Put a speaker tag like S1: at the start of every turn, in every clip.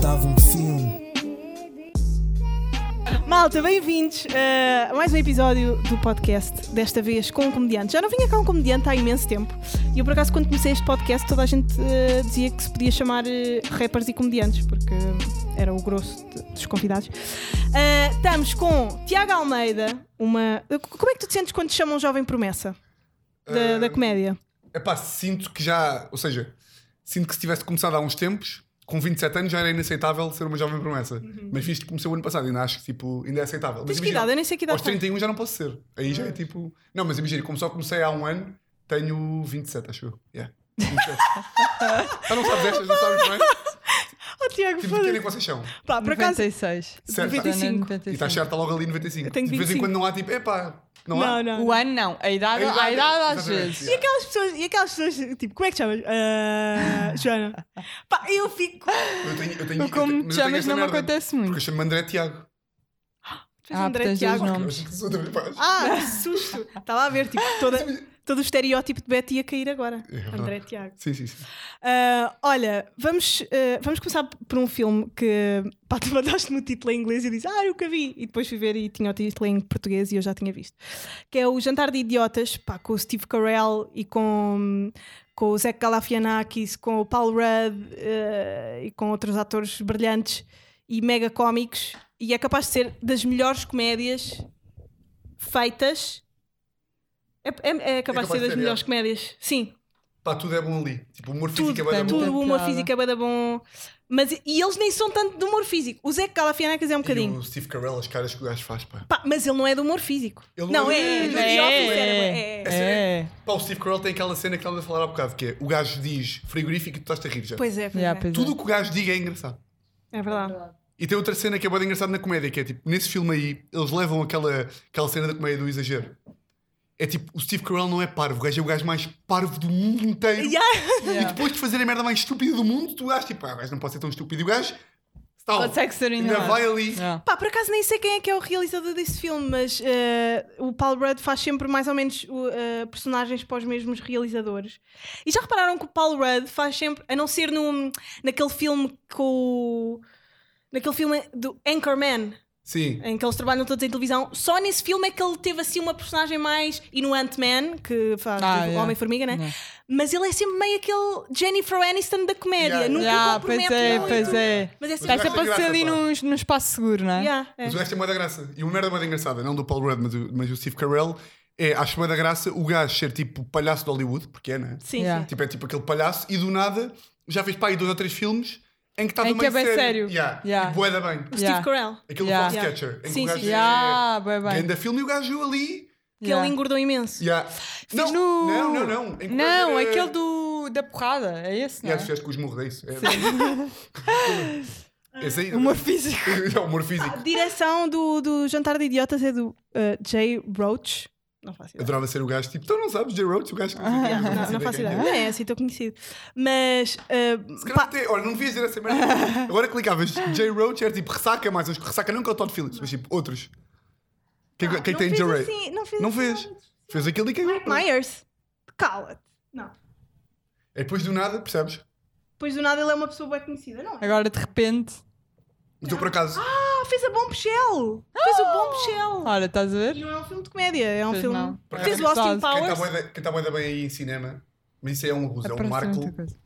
S1: dava um filme.
S2: Malta, bem-vindos eh, a mais um episódio do podcast, desta vez com um comediante. Já não vinha cá um comediante há imenso tempo. E eu, por acaso, quando comecei este podcast, toda a gente eh, dizia que se podia chamar eh, rappers e comediantes, porque era o grosso de- dos convidados. Eh, estamos com Tiago Almeida, uma. Como é que tu te sentes quando te chamam Jovem Promessa? Da, da comédia.
S3: É pá, sinto que já. Ou seja, sinto que se tivesse começado há uns tempos, com 27 anos já era inaceitável ser uma jovem promessa. Mas visto que comecei o ano passado, ainda acho que tipo, ainda é aceitável.
S2: Uhum. Tens
S3: Mas
S2: que idade? Eu nem sei que idade
S3: aos 31 já não posso ser. Aí já é tipo. Não, mas imagina, como só comecei há um ano, tenho 27, acho eu. Yeah. 27. ah, não sabes estas, não sabes bem?
S2: Oh, Tiago,
S3: Tipo, de que ano é que vocês são?
S2: Pá, por acaso.
S4: 96.
S3: Certo.
S2: 95.
S3: E tá está certo, está logo ali 95.
S2: tenho
S3: de vez em
S2: 25.
S3: quando não há tipo, epá, não,
S2: Não,
S3: há.
S2: não.
S4: O ano não, a idade,
S3: A
S4: a
S3: idade,
S4: idade, às
S3: exatamente,
S4: vezes.
S2: E aquelas pessoas, e aquelas pessoas, tipo, como é que te chamas? Ah, Joana. Pá, eu fico.
S4: Ah,
S3: Eu tenho, eu tenho,
S4: Como
S3: eu tenho- mas
S4: me
S3: eu tenho
S4: chamas
S3: esta
S4: não me
S3: merda,
S4: acontece
S3: Porque
S4: muito.
S3: eu chamo-me André Tiago.
S4: Ah, portanto, os
S3: Eu
S4: nomes.
S3: acho que sou outra vez.
S2: Ah, que susto! Estava a ver, tipo, toda, todo o estereótipo de Betty a cair agora.
S3: É verdade.
S2: André Tiago.
S3: Sim, sim, sim.
S2: Ah, olha, vamos, ah, vamos começar por um filme que pá, tu mandaste-me o título em inglês e eu disse, ah, eu que vi. E depois fui ver e tinha o título em português e eu já tinha visto. Que é o Jantar de Idiotas, pá, com o Steve Carell e com, com o Zach Galafianakis, com o Paul Rudd ah, e com outros atores brilhantes e mega cómicos. E é capaz de ser das melhores comédias feitas. É, é- é capaz de ser das
S3: é.
S2: melhores comédias, sim
S3: Pá, tudo é bom ali. Tipo, o humor
S2: tudo,
S3: físico é bué da
S4: tem
S3: bom.
S2: tudo,
S4: muita
S2: o humor
S4: piada.
S2: físico é bué da bom. Mas, e eles nem são tanto de humor físico. O Zé Calafianacas é um
S3: E
S2: bocadinho.
S3: o Steve Carell, as caras que o gajo faz, pá.
S2: Pá, mas ele não é de humor físico.
S3: Ele
S2: não,
S3: não
S2: é,
S3: é,
S2: é,
S3: não
S2: é,
S3: é.
S2: é, é, é, é.
S4: É.
S3: Pá, o Steve Carell tem aquela cena que estava a falar há bocado, que é o gajo diz frigorífico e tu estás a rir já.
S2: Pois é, pois
S4: Yeah,
S2: é.
S4: pois é.
S3: Tudo o que o gajo diga é engraçado.
S2: É verdade.
S3: E tem outra cena que é bem engraçada na comédia, que é tipo, nesse filme aí, eles levam aquela, aquela cena da comédia do exagero. É tipo, o Steve Carell não é parvo, o gajo é o gajo mais parvo do mundo inteiro.
S2: Yeah.
S3: E
S4: Yeah.
S3: depois de fazer a merda mais estúpida do mundo, tu gajo, tipo, ah, o gajo não pode ser tão estúpido. E o gajo, tal,
S4: Consegue ser
S3: ainda
S4: engraçado.
S3: vai ali.
S4: Yeah.
S2: Pá, por acaso nem sei quem é que é o realizador desse filme, mas eh, o Paul Rudd faz sempre mais ou menos o, eh, personagens para os mesmos realizadores. E já repararam que o Paul Rudd faz sempre, a não ser no, naquele filme com o. naquele filme do Anchorman.
S3: Sim.
S2: em que eles trabalham todos em televisão. Só nesse filme é que ele teve assim uma personagem mais. E no Ant-Man, que faz
S4: Ah,
S2: tipo,
S4: yeah.
S2: Homem-Formiga, né?
S4: Yeah.
S2: Mas ele é sempre meio aquele Jennifer Aniston da comédia.
S3: Yeah,
S2: Nunca
S4: Yeah,
S2: compromete
S4: pois é,
S2: muito.
S4: pois é.
S2: Mas é sempre.
S4: Está sempre a ser ali num, num espaço seguro, não é?
S2: Yeah, é.
S3: assim, né? Mas o gajo tem moeda graça. E uma merda moeda engraçada, não do Paul Rudd, mas, o- mas o Steve Carell, é, acho moeda graça o gajo ser tipo palhaço de Hollywood, porque é, né?
S2: Sim,
S4: Yeah.
S2: sim.
S3: Tipo, é tipo aquele palhaço e do nada já fez pá aí dois ou três filmes em que estava
S4: Em que
S3: meio
S4: é bem sério.
S3: Yeah.
S4: Yeah.
S3: E boeda bem.
S2: O
S4: Yeah.
S2: Steve Carell.
S3: Aquele
S4: Yeah.
S3: Fox
S2: Yeah.
S3: Catcher, em que
S2: Sim,
S3: o gajo
S2: sim.
S4: Yeah, bem,
S3: é
S4: bem.
S3: ainda filme e o gajo ali.
S2: Que
S4: Yeah.
S2: ele engordou imenso.
S3: Yeah. Não,
S4: Fiz no-
S3: não, não, não. Em que o gajo
S4: Não,
S3: era-
S4: aquele do, da porrada, é esse, não
S3: Yeah, os
S4: é?
S3: gajos com os morros, é isso. É. Esse aí.
S4: Humor Ah. físico.
S3: É o humor físico.
S2: Direção do, do Jantar de Idiotas é do eh, Jay Roach. Não faço ideia.
S3: Adorava ser o gajo tipo, então não sabes, J. Roach, o gajo
S4: Ah.
S3: que
S2: Yeah, não, não faço ideia. Não é assim tão conhecido. Mas. eh,
S3: Se calhar até, olha, não devias dizer essa merda. Agora clicavas J. Roach, era tipo ressaca mais uns, ressaca não que é o Todd Phillips, mas tipo outros. Quem, quem
S2: não
S3: tem
S2: fez
S3: J. Roach?
S2: assim- não fez
S3: Não
S2: assim
S3: fez.
S2: nada.
S3: Fez aquilo e cagou.
S2: Myers, cala-te. Não.
S3: É depois do nada, percebes?
S2: Depois do nada ele é uma pessoa bem conhecida, não é?
S4: Agora de repente.
S3: Mas eu por acaso,
S2: Ah, fez a Bom Michelle! Fez o Bom Michelle!
S4: Olha, estás a
S2: E
S4: ver?
S2: não é um filme de comédia, é um
S4: Pois
S2: filme.
S4: não.
S3: Por
S2: Fez o
S4: acaso,
S2: Austin
S4: quem tá
S3: quem está
S2: Powers.
S3: bué da- quem tá bué da bem aí em cinema, mas isso aí é um abuso, é um
S4: Aparece muita
S3: Marco.
S4: coisa.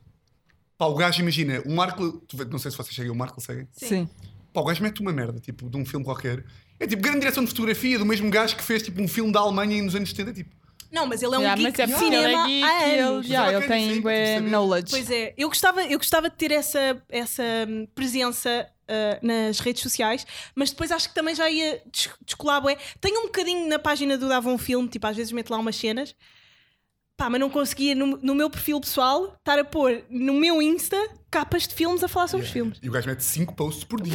S3: Pá, o gajo, imagina, o Marco, tu vê- não sei se vocês chegam, o Marco segue.
S4: Sim.
S3: Pá, o gajo mete uma merda, tipo, de um filme qualquer. É tipo, grande direção de fotografia do mesmo gajo que fez tipo um filme da Alemanha nos anos 70, tipo.
S2: Não, mas ele é um
S4: Yeah,
S2: geek
S4: mas é
S2: de
S4: porque ele
S2: cinema
S4: é
S2: há
S4: geek e
S2: anos.
S4: ele, yeah,
S3: Mas
S4: ele
S3: ela quer
S4: tem
S3: dizer,
S4: bué
S3: tipo, saber.
S4: knowledge.
S2: Pois é, eu gostava, eu gostava de ter essa, essa hum, presença ah, nas redes sociais, mas depois acho que também já ia des- descolar. Bué. Tenho um bocadinho na página do Dava um Filme, tipo, às vezes meto lá umas cenas, pá, mas não conseguia no, no meu perfil pessoal estar a pôr no meu Insta capas de filmes a falar sobre os filmes.
S3: E o gajo mete 5 posts por dia.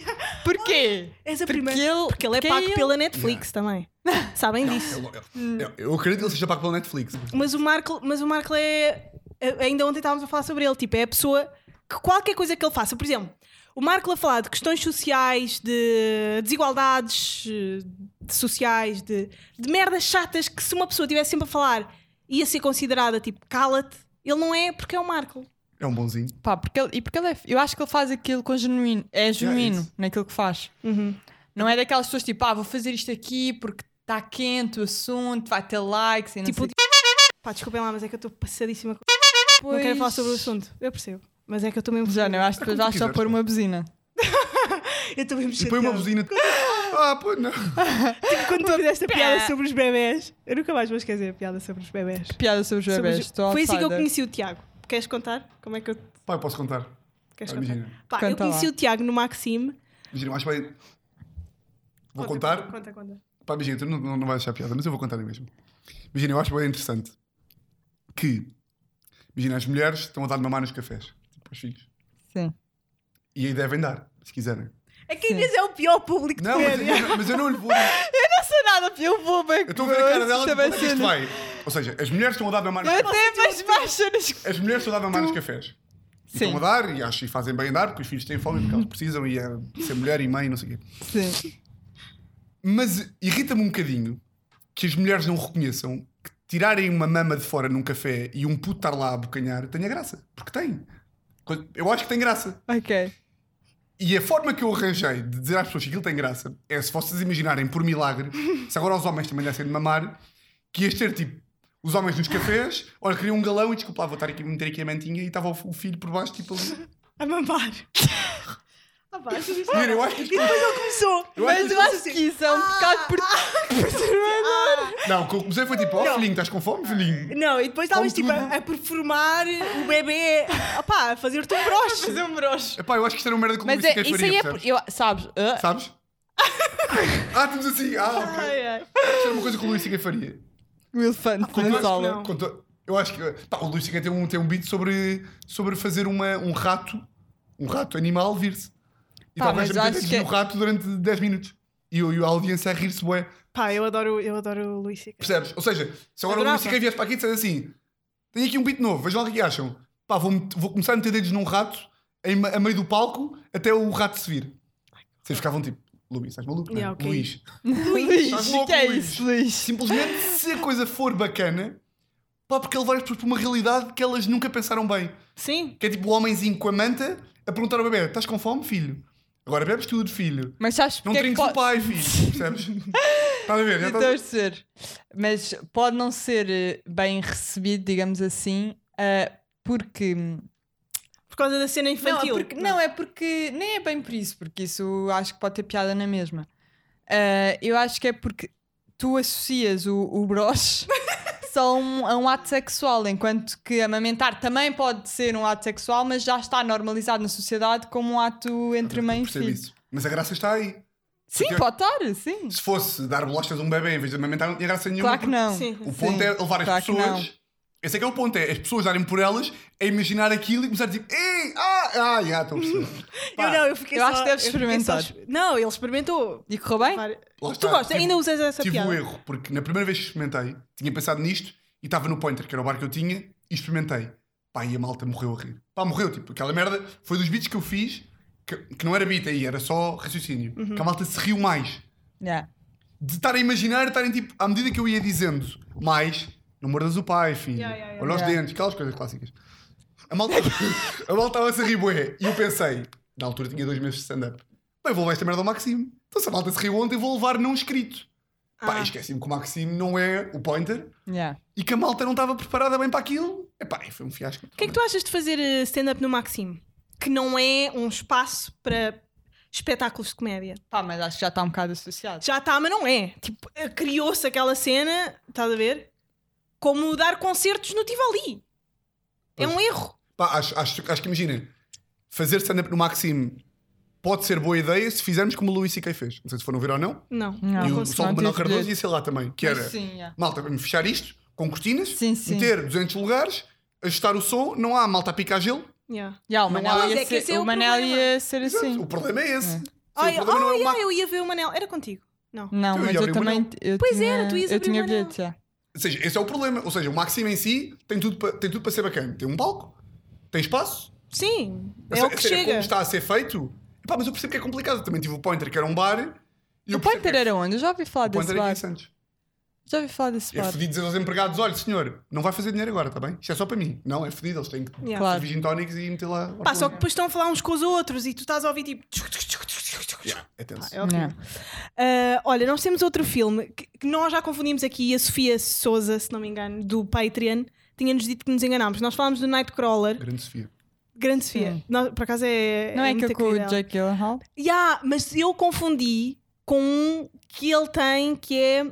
S4: é. Porquê?
S2: Essa
S4: Porque
S2: primeira.
S4: ele-
S2: porque ele é
S4: porque
S2: pago
S4: ele-
S2: pela Netflix também. Sabem
S3: É
S2: disso. Hum.
S3: Eu, eu- eu acredito que ele seja pago pela Netflix.
S2: Mas o Marco, mas o Marco é. a- Ainda ontem estávamos a falar sobre ele. Tipo, é a pessoa que qualquer coisa que ele faça, por exemplo, o Marco a falar de questões sociais, de desigualdades eh, de sociais, de, de merdas chatas que se uma pessoa estivesse sempre a falar ia ser considerada tipo cala-te, ele não é porque é o Marco.
S3: É um bonzinho.
S4: Pá, porque ele, e porque ele é. Eu acho que ele faz aquilo com genuíno. É genuíno
S3: isso.
S4: naquilo que faz.
S2: Uhum.
S4: Não é daquelas pessoas tipo, ah, vou fazer isto aqui porque está quente o assunto, vai ter likes e não
S2: Tipo,
S4: sei o quê.
S2: Pá, desculpem lá, mas é que eu estou passadíssima. com- Não
S4: Pois.
S2: quero falar sobre o assunto. Eu percebo. Mas é que eu estou mesmo.
S4: Já não, eu acho que
S3: É
S4: depois
S3: como tu
S4: vais só
S3: quiseres,
S4: pôr
S3: pá.
S4: uma buzina.
S2: Eu estou mesmo
S3: E põe uma
S2: chateada.
S3: buzina. Ah, pô, não.
S2: Tipo, quando tu fizeste a
S4: Pá.
S2: piada sobre os bebés, eu nunca mais vou esquecer a piada sobre os bebés.
S4: Piada sobre os
S2: Sobre
S4: bebés.
S2: os-
S4: estou
S2: Foi assim que eu
S4: outsider.
S2: conheci o Tiago. Queres contar? Como é que eu.
S3: Pai, posso contar?
S2: Queres
S3: Ah,
S2: contar?
S3: Imagina.
S2: Pá, eu
S4: Canta lá.
S2: conheci o Tiago no Maxime.
S3: Imagina, mas vai. Vou
S2: Conta,
S3: contar.
S2: Conta, conta.
S3: Pá, imagina, tu não, não, não vais achar piada, mas eu vou contar na mesmo. Imagina, eu acho bem interessante que. Imagina, as mulheres estão a dar de mamar nos cafés. Tipo, aos filhos.
S4: Sim.
S3: E aí devem dar, se quiserem.
S2: É que a Inês é o pior público de
S3: Não, mas,
S2: comédia.
S3: eu- mas eu não lhe vou.
S4: Não sei nada, eu vou bem.
S3: Eu estou a ver a cara dela de
S4: Também
S3: onde é que isto
S4: sendo-
S3: vai. Ou seja, as mulheres estão a dar de mamar nos
S4: Eu até mais baixa nas.
S3: As mulheres estão a dar mamar nos cafés. E
S4: Sim.
S3: estão a dar e acho e fazem bem em dar porque os filhos têm fome porque elas precisam e é ser mulher e mãe e não sei o quê.
S4: Sim.
S3: Mas irrita-me um bocadinho que as mulheres não reconheçam que tirarem uma mama de fora num café e um puto estar lá a bocanhar tenha graça. Porque tem. Quando- Eu acho que tem graça.
S4: Ok.
S3: E a forma que eu arranjei de dizer às pessoas que aquilo tem graça é se vocês imaginarem por milagre, se agora os homens também dessem de mamar, que ias ter tipo os homens nos cafés, olha, queria um galão e desculpa, lá, vou estar aqui, meter aqui a mantinha e estava o o filho por baixo, tipo ali.
S2: A mamar. Ah, pá, acho que-
S3: Mira, eu acho que as
S2: E depois ele começou.
S3: Eu assim. Ah!
S4: Mas eu acho que isso é um bocado per- perturbador.
S3: Não, o que eu comecei foi tipo, ó
S2: Não.
S3: filhinho, estás com fome, filhinho?
S2: Não, e depois estavas
S3: Como
S2: tipo
S3: tudo.
S2: a, a performar o bebê opá, a fazer-te um broche.
S4: Fazer um broche.
S3: Epá, eu acho que isto era uma merda que o
S4: Mas
S3: Luís
S4: é,
S3: sequer
S4: isso
S3: faria,
S4: aí é.
S3: percebes?
S4: por- Eu, sabes? ah,
S3: Sabes? ah, temos assim, ah, ok.
S2: Ai, ai.
S3: Isto era uma coisa que o Luís sequer faria.
S4: O elefante
S3: Eu acho
S4: na
S3: que
S4: sala.
S3: Ah, não. Conto- Eu acho que. pá, o Luís Siqueira tem um, tem um beat sobre, sobre fazer uma, um rato, um rato animal, vir-se. E
S4: Pá,
S3: talvez
S4: mas
S3: a
S4: acho
S3: meter
S4: que-
S3: no rato durante 10 minutos. E, eu- e a audiência a rir-se, bué.
S2: Pá, eu adoro, eu adoro o Luís Sica.
S3: Percebes? Ou seja, se agora o
S2: Adorava.
S3: Luís Siqueira viesse para aqui e dissesse assim: tenho aqui um beat novo, vejam lá o que é que acham. Pá, vou, met- vou começar a meter dedos num rato, em, ma- a meio do palco, até o rato se vir. Vocês ficavam tipo: Luís, estás maluco? não é?
S2: Yeah, ok.
S3: Luís. Estás
S4: Luís,
S3: louco,
S4: que é
S3: Luís?
S4: isso, Luís?
S3: Simplesmente se a coisa for bacana, pá, porque ele vai as pessoas para uma realidade que elas nunca pensaram bem.
S2: Sim.
S3: Que é tipo o homenzinho com a manta a perguntar ao bebê: estás com fome, filho? Agora bebes tudo, filho.
S4: Mas sabes
S3: Não
S4: porque é que
S3: trinques
S4: pode...
S3: o pai, filho. Percebes? Estás a ver? Já
S4: Então,
S3: estás-
S4: ser. Mas pode não ser eh, bem recebido, digamos assim, ah, porque.
S2: Por causa da cena
S4: Não, é
S2: infantil.
S4: porque. Não, é porque. Nem é bem por isso, porque isso acho que pode ter piada na mesma. Ah, eu acho que é porque tu associas o, o broche só a um, a um ato sexual, enquanto que amamentar também pode ser um ato sexual, mas já está normalizado na sociedade como um ato entre
S3: Eu
S4: mãe e
S3: percebo
S4: filho.
S3: isso. Mas a graça está aí.
S4: Sim,
S3: Porque-
S4: pode estar, sim.
S3: Se fosse dar bolachas a um bebê em vez de amamentar, não tinha graça nenhuma.
S4: Claro que não.
S2: Sim.
S3: O ponto
S4: Sim,
S3: é levar as
S4: claro que
S3: pessoas. Esse é que é o ponto, é as pessoas darem por elas a imaginar aquilo e começar a dizer: Ei, ah, ah, já estou a perceber. Pá,
S2: Eu não, eu fiquei
S4: Eu
S2: só-
S4: acho que deves
S2: eu fiquei só-
S4: experimentar.
S2: Não, ele experimentou.
S4: E correu bem?
S2: Várias-
S3: lá
S2: Tu
S3: está,
S2: gostas?
S3: tive-
S2: Ainda usas essa
S3: Tive
S2: piada?
S3: um erro, porque na primeira vez que experimentei, tinha pensado nisto e estava no Pointer, que era o bar que eu tinha, e experimentei. Pá, e a malta morreu a rir. Pá, morreu, tipo, aquela merda foi dos beats que eu fiz, que, que não era beat aí, era só raciocínio.
S2: Uhum.
S3: Que a malta se riu mais.
S4: Yeah.
S3: De estar a imaginar, estarem tipo, à medida que eu ia dizendo mais, não mordas o pai, filho,
S2: Yeah, yeah, yeah.
S3: olha os
S4: Yeah.
S3: dentes, aquelas coisas clássicas. A malta a malta estava-se a rir, bué, e eu pensei, na altura tinha dois meses de stand-up, bem, vou levar esta merda ao Maxime. Então se a malta se riu ontem, vou levar não escrito. Pá, é-
S2: Ah.
S3: esqueci-me que o Maxime não é o pointer
S4: Yeah.
S3: e que a malta não estava preparada bem para aquilo. Epá, e foi um fiasco.
S2: O que é que tu achas de fazer eh, stand-up no Maxime? Que não é um espaço para espetáculos de comédia.
S4: Pá, mas acho que já está um bocado associado.
S2: Já está, mas não é. Tipo, eh, criou-se aquela cena, estás a ver? Como dar concertos no Tivoli. É um erro.
S3: Pá, acho, acho, acho que imagina, fazer stand-up no Maxime pode ser boa ideia se fizermos como o Luís C.K. fez. Não sei se foram ver ou não.
S2: Não.
S4: Não. Ah,
S3: e um- o
S4: com
S3: Sol
S4: certeza.
S3: Manuel Cardoso ia ser lá também, que
S4: Mas
S3: era
S4: Sim, yeah.
S3: malta, vamos fechar isto com cortinas,
S4: Sim, sim.
S3: meter 200 lugares, ajustar o som, não há malta a picar gelo.
S2: Yeah.
S4: Yeah, o
S3: Não
S4: Manel,
S3: há-
S4: ia
S2: Mas é que
S4: ser,
S2: esse é
S4: o
S2: o
S4: Manel
S2: problema.
S4: ia ser
S3: Exato,
S4: assim.
S3: O problema é esse.
S4: É.
S3: Sim,
S2: Ai,
S3: o
S2: oh,
S3: problema não é o
S2: yeah,
S3: Max.
S2: eu ia ver o Manel. Era contigo? Não.
S4: Não,
S3: Eu
S4: mas
S3: ia
S4: eu
S3: abrir o
S4: também.
S3: Manel.
S4: Eu
S2: Pois
S4: tinha,
S2: era, tu ias
S4: Eu
S2: abrir o
S4: tinha
S2: Manel.
S4: bilhete, já.
S3: Ou seja, esse é o problema. Ou seja, o Maxime em si tem tudo para tem tudo para ser bacana. Tem um palco, tem espaço,
S2: Sim,
S3: A
S2: é
S3: sé-
S2: o
S3: a
S2: que
S3: sério,
S2: chega.
S3: Como está a ser feito? Epá, mas eu percebo que é complicado. Também tive o Pointer, que era um bar. E eu
S4: O
S3: percebo
S4: Pointer
S3: que é-
S4: era onde? Eu já ouvi falar
S3: O Pointer
S4: desse
S3: era aqui
S4: bar.
S3: em Santos.
S4: Já ouvi falar desse
S3: É
S4: bar.
S3: fodido dizer aos empregados: olha, senhor, não vai fazer dinheiro agora, está bem? Isto é só para mim. Não, é fodido, eles têm que
S2: Yeah.
S4: Claro.
S3: fazer gin tónicos e meter lá.
S2: Pá, só que depois estão a falar uns com os outros e tu estás a ouvir tipo. tchuc, tchuc, tchuc, tchuc, tchuc, tchuc.
S3: Yeah, é tenso.
S2: É horrível.
S4: Não.
S2: Ah, olha, nós temos outro filme que, que nós já confundimos aqui e a Sofia Souza, se não me engano, do Patreon, tinha-nos dito que nos enganámos. Nós falámos do Nightcrawler,
S3: Grande Sofia.
S2: grande Sofia.
S4: Sim.
S2: Nós- por acaso é.
S4: Não é
S2: muita
S4: que com o
S2: querida
S4: Jake Gyllenhaal?
S2: ela. Yeah, mas eu confundi com um que ele tem que é.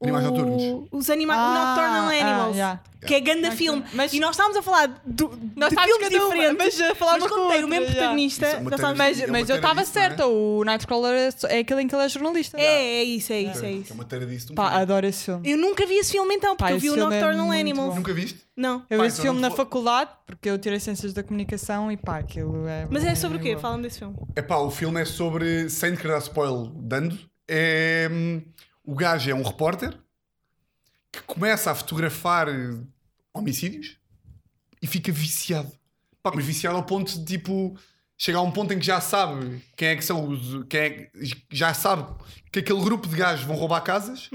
S2: o-
S3: Animais Noturnos.
S2: Os animais.
S4: Ah,
S2: Nocturnal
S4: ah,
S2: Animals.
S4: yeah.
S2: Que é ganda
S4: Nocturnal.
S2: filme.
S4: Mas-
S2: E nós estávamos a falar do,
S4: Nós
S2: de
S4: estávamos
S2: filmes
S4: cada uma,
S2: diferentes.
S4: mas a falar uma
S2: mas
S4: com
S2: quando
S4: a
S2: tem o mesmo
S4: outra, yeah.
S2: protagonista,
S3: Isso é uma
S2: nós estávamos-
S3: teoria.
S4: Mas,
S3: É uma
S4: mas eu estava
S3: taradice, não é?
S4: certa, o Nightcrawler é- é aquele em que ele é jornalista.
S2: É, é isso, é isso, é
S3: É
S2: isso.
S3: uma taradice de um
S4: Pá,
S3: filme.
S4: adoro esse filme.
S2: Eu nunca vi esse filme então, porque
S4: Pá,
S2: eu vi
S4: esse
S2: o
S4: filme é
S2: Nocturnal
S4: muito
S2: Animals.
S4: bom.
S3: Nunca viste?
S2: Não.
S4: Eu
S3: Pá,
S4: vi esse
S3: então não
S4: filme na
S3: vou-
S4: faculdade porque eu tirei ciências da comunicação e pá, aquilo é.
S2: Mas é sobre o quê?
S4: bom.
S2: Fala-me desse filme.
S3: É pá, o filme é sobre, sem te querer dar spoiler, dando, é, hum, o gajo é um repórter que começa a fotografar eh, homicídios e fica viciado. Pá, mas viciado ao ponto de tipo. Chega a um ponto em que já sabe quem é que são os. Quem é, que- já sabe que aquele grupo de gajos vão roubar casas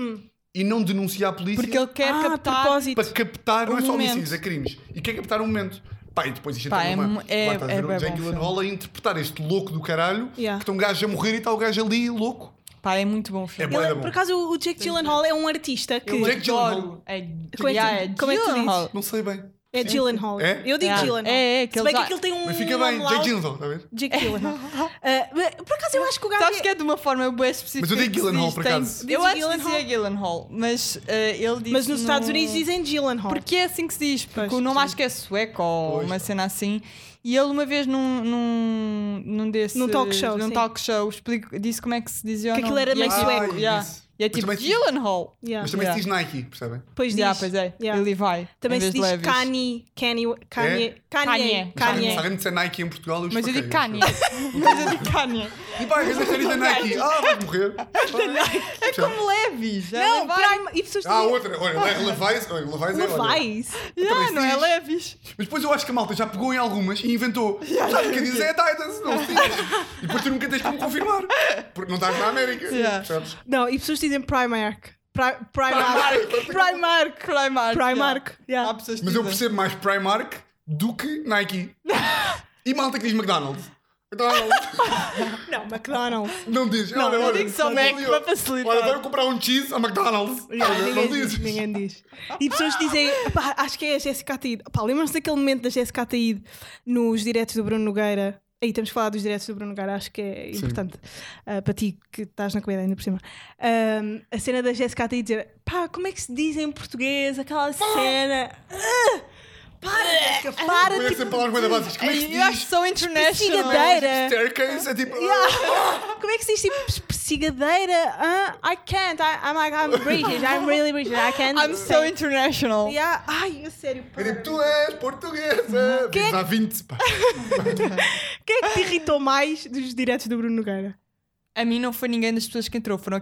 S3: e não denuncia à polícia
S4: Porque ele quer
S2: ah, a
S4: captar.
S2: propósito.
S3: para captar, não
S4: O
S3: é só
S4: momento.
S3: homicídios, é crimes. E quer captar o momento. Pá, e depois isto
S4: Pá,
S3: entra
S4: é
S3: numa...
S4: mu- é-
S3: lá estás a
S4: é
S3: ver
S4: bué
S3: o Jake
S4: bom
S3: Gyllenhaal a interpretar este louco do caralho,
S2: Yeah.
S3: que está um gajo a morrer e está o gajo ali, louco.
S4: Pá, é muito bom o filme.
S3: É bué
S2: Ele-
S3: da bom.
S2: por acaso, o Jake Gyllenhaal é um artista que.
S3: Eu- Jake Gyllenhaal.
S4: adoro. É,
S2: Como é que-
S4: yeah, é
S2: como é que tu dizes?
S4: Gyllenhaal.
S3: Não sei bem.
S2: É Gyllenhaal.
S3: É?
S2: Eu digo
S4: É.
S2: Gyllenhaal.
S4: É, é,
S2: Se
S4: que ele
S2: bem que
S4: já-
S2: aquilo tem um.
S3: Mas fica bem,
S4: Hum,
S2: nome lá,
S3: Jake Gyllenhaal, está a ver?
S2: Jake Gyllenhaal. Ah, mas, por acaso, eu acho que o gajo.
S4: Sabes que
S2: é-
S4: é de uma forma bem específica.
S3: Mas eu digo
S4: que se
S3: Gyllenhaal,
S4: diz,
S3: por
S4: tem-
S3: acaso.
S4: Eu
S2: Diz
S4: acho que
S2: Gyllenhaal.
S4: dizia Gyllenhaal, mas eh, ele disse.
S2: é- Mas nos
S4: no-
S2: Estados Unidos dizem Gyllenhaal.
S4: Porque é assim que se diz, porque
S2: Pois,
S4: o nome
S2: sim.
S4: acho que é sueco ou
S3: Pois,
S4: uma
S3: pá.
S4: cena assim. E ele uma vez num, num, num desse.
S2: Num talk show,
S4: num
S2: sim.
S4: talk show, explico- disse como é que se dizia. o
S2: Que aquilo
S4: nome.
S2: era
S4: E
S2: meio
S4: é tipo-
S2: sueco.
S3: Ah,
S4: yeah.
S3: isso.
S4: E é
S3: Mas
S4: tipo
S3: também se-
S4: Gyllenhaal.
S2: Yeah.
S3: Mas também
S4: Yeah.
S3: se diz Nike, percebem?
S2: Depois
S4: Yeah,
S2: diz.
S4: pois é,
S2: Yeah.
S4: ele vai.
S2: Também se diz
S4: Levis.
S2: Kanye. Kanye. Kanye. Kanye.
S3: Mas se
S4: É? Kanye.
S3: alguém- Se
S2: Kanye.
S3: alguém me disser Nike em Portugal, eu
S4: Mas eu
S3: espanquei,
S4: digo Kanye. Mas eu digo Kanye.
S3: E pá, eu sei dizer Nike. Ah, vai morrer.
S4: É como Levis. é
S2: Não,
S4: Levi.
S2: para- e pessoas
S3: Ah,
S2: dizem.
S3: outra. Olha, Levi's. Olha, Levi's é. Olha.
S2: Levais.
S4: Yeah,
S3: se
S4: não é
S3: diz.
S4: Levis.
S3: Mas depois eu acho que a malta já pegou em algumas e inventou. Sabe o que diz? É Titans, não sei. E depois tu nunca tens como confirmar. Porque não estás na América.
S4: Yeah.
S3: Percebes?
S2: Não, e pessoas dizem Primark. Pri- Primark. Primark.
S4: Primark.
S2: Primark,
S4: yeah.
S2: yeah.
S4: Há pessoas que
S3: Mas eu
S4: dizem.
S3: percebo mais Primark do que Nike. E malta que diz McDonald's. McDonald's.
S2: Não, McDonald's.
S3: Não diz. Não,
S4: eu digo só Mac para facilitar.
S3: Olha, vai comprar um cheese a McDonald's. Olha, não
S2: ninguém, diz,
S3: dizes.
S2: ninguém diz. E pessoas dizem, "Pá, acho que é a Jéssica Ataíde. Pá, Lembram-se daquele momento da Jéssica Ataíde nos diretos do Bruno Nogueira? Aí temos que falar dos diretos do Bruno Nogueira, acho que é importante ah, para ti que estás na comédia ainda por cima. Ahm, a cena da Jéssica Ataíde dizer, pá, como é que se diz em português aquela cena? Ah, para, Jéssica,
S4: Ah!
S2: para,
S3: Conhece
S2: tipo,
S3: a palavra coisa básica. Como é que se
S4: Eu acho
S3: diz?
S4: so international.
S2: Cigadeira.
S3: Staircase é tipo.
S2: Yeah. Como é que se diz tipo persigadeira? Ah, I can't. I, I'm like, I'm British. I'm really British. I can't.
S4: I'm so international.
S2: Yeah. Ai, a sério.
S3: É
S2: pá.
S3: tipo, tu és portuguesa.
S2: Quem é
S3: Diz
S2: que-
S3: há 20. Pá.
S2: Quem é que te irritou mais dos diretos do Bruno Nogueira?
S4: A mim não foi ninguém das pessoas que entrou, foram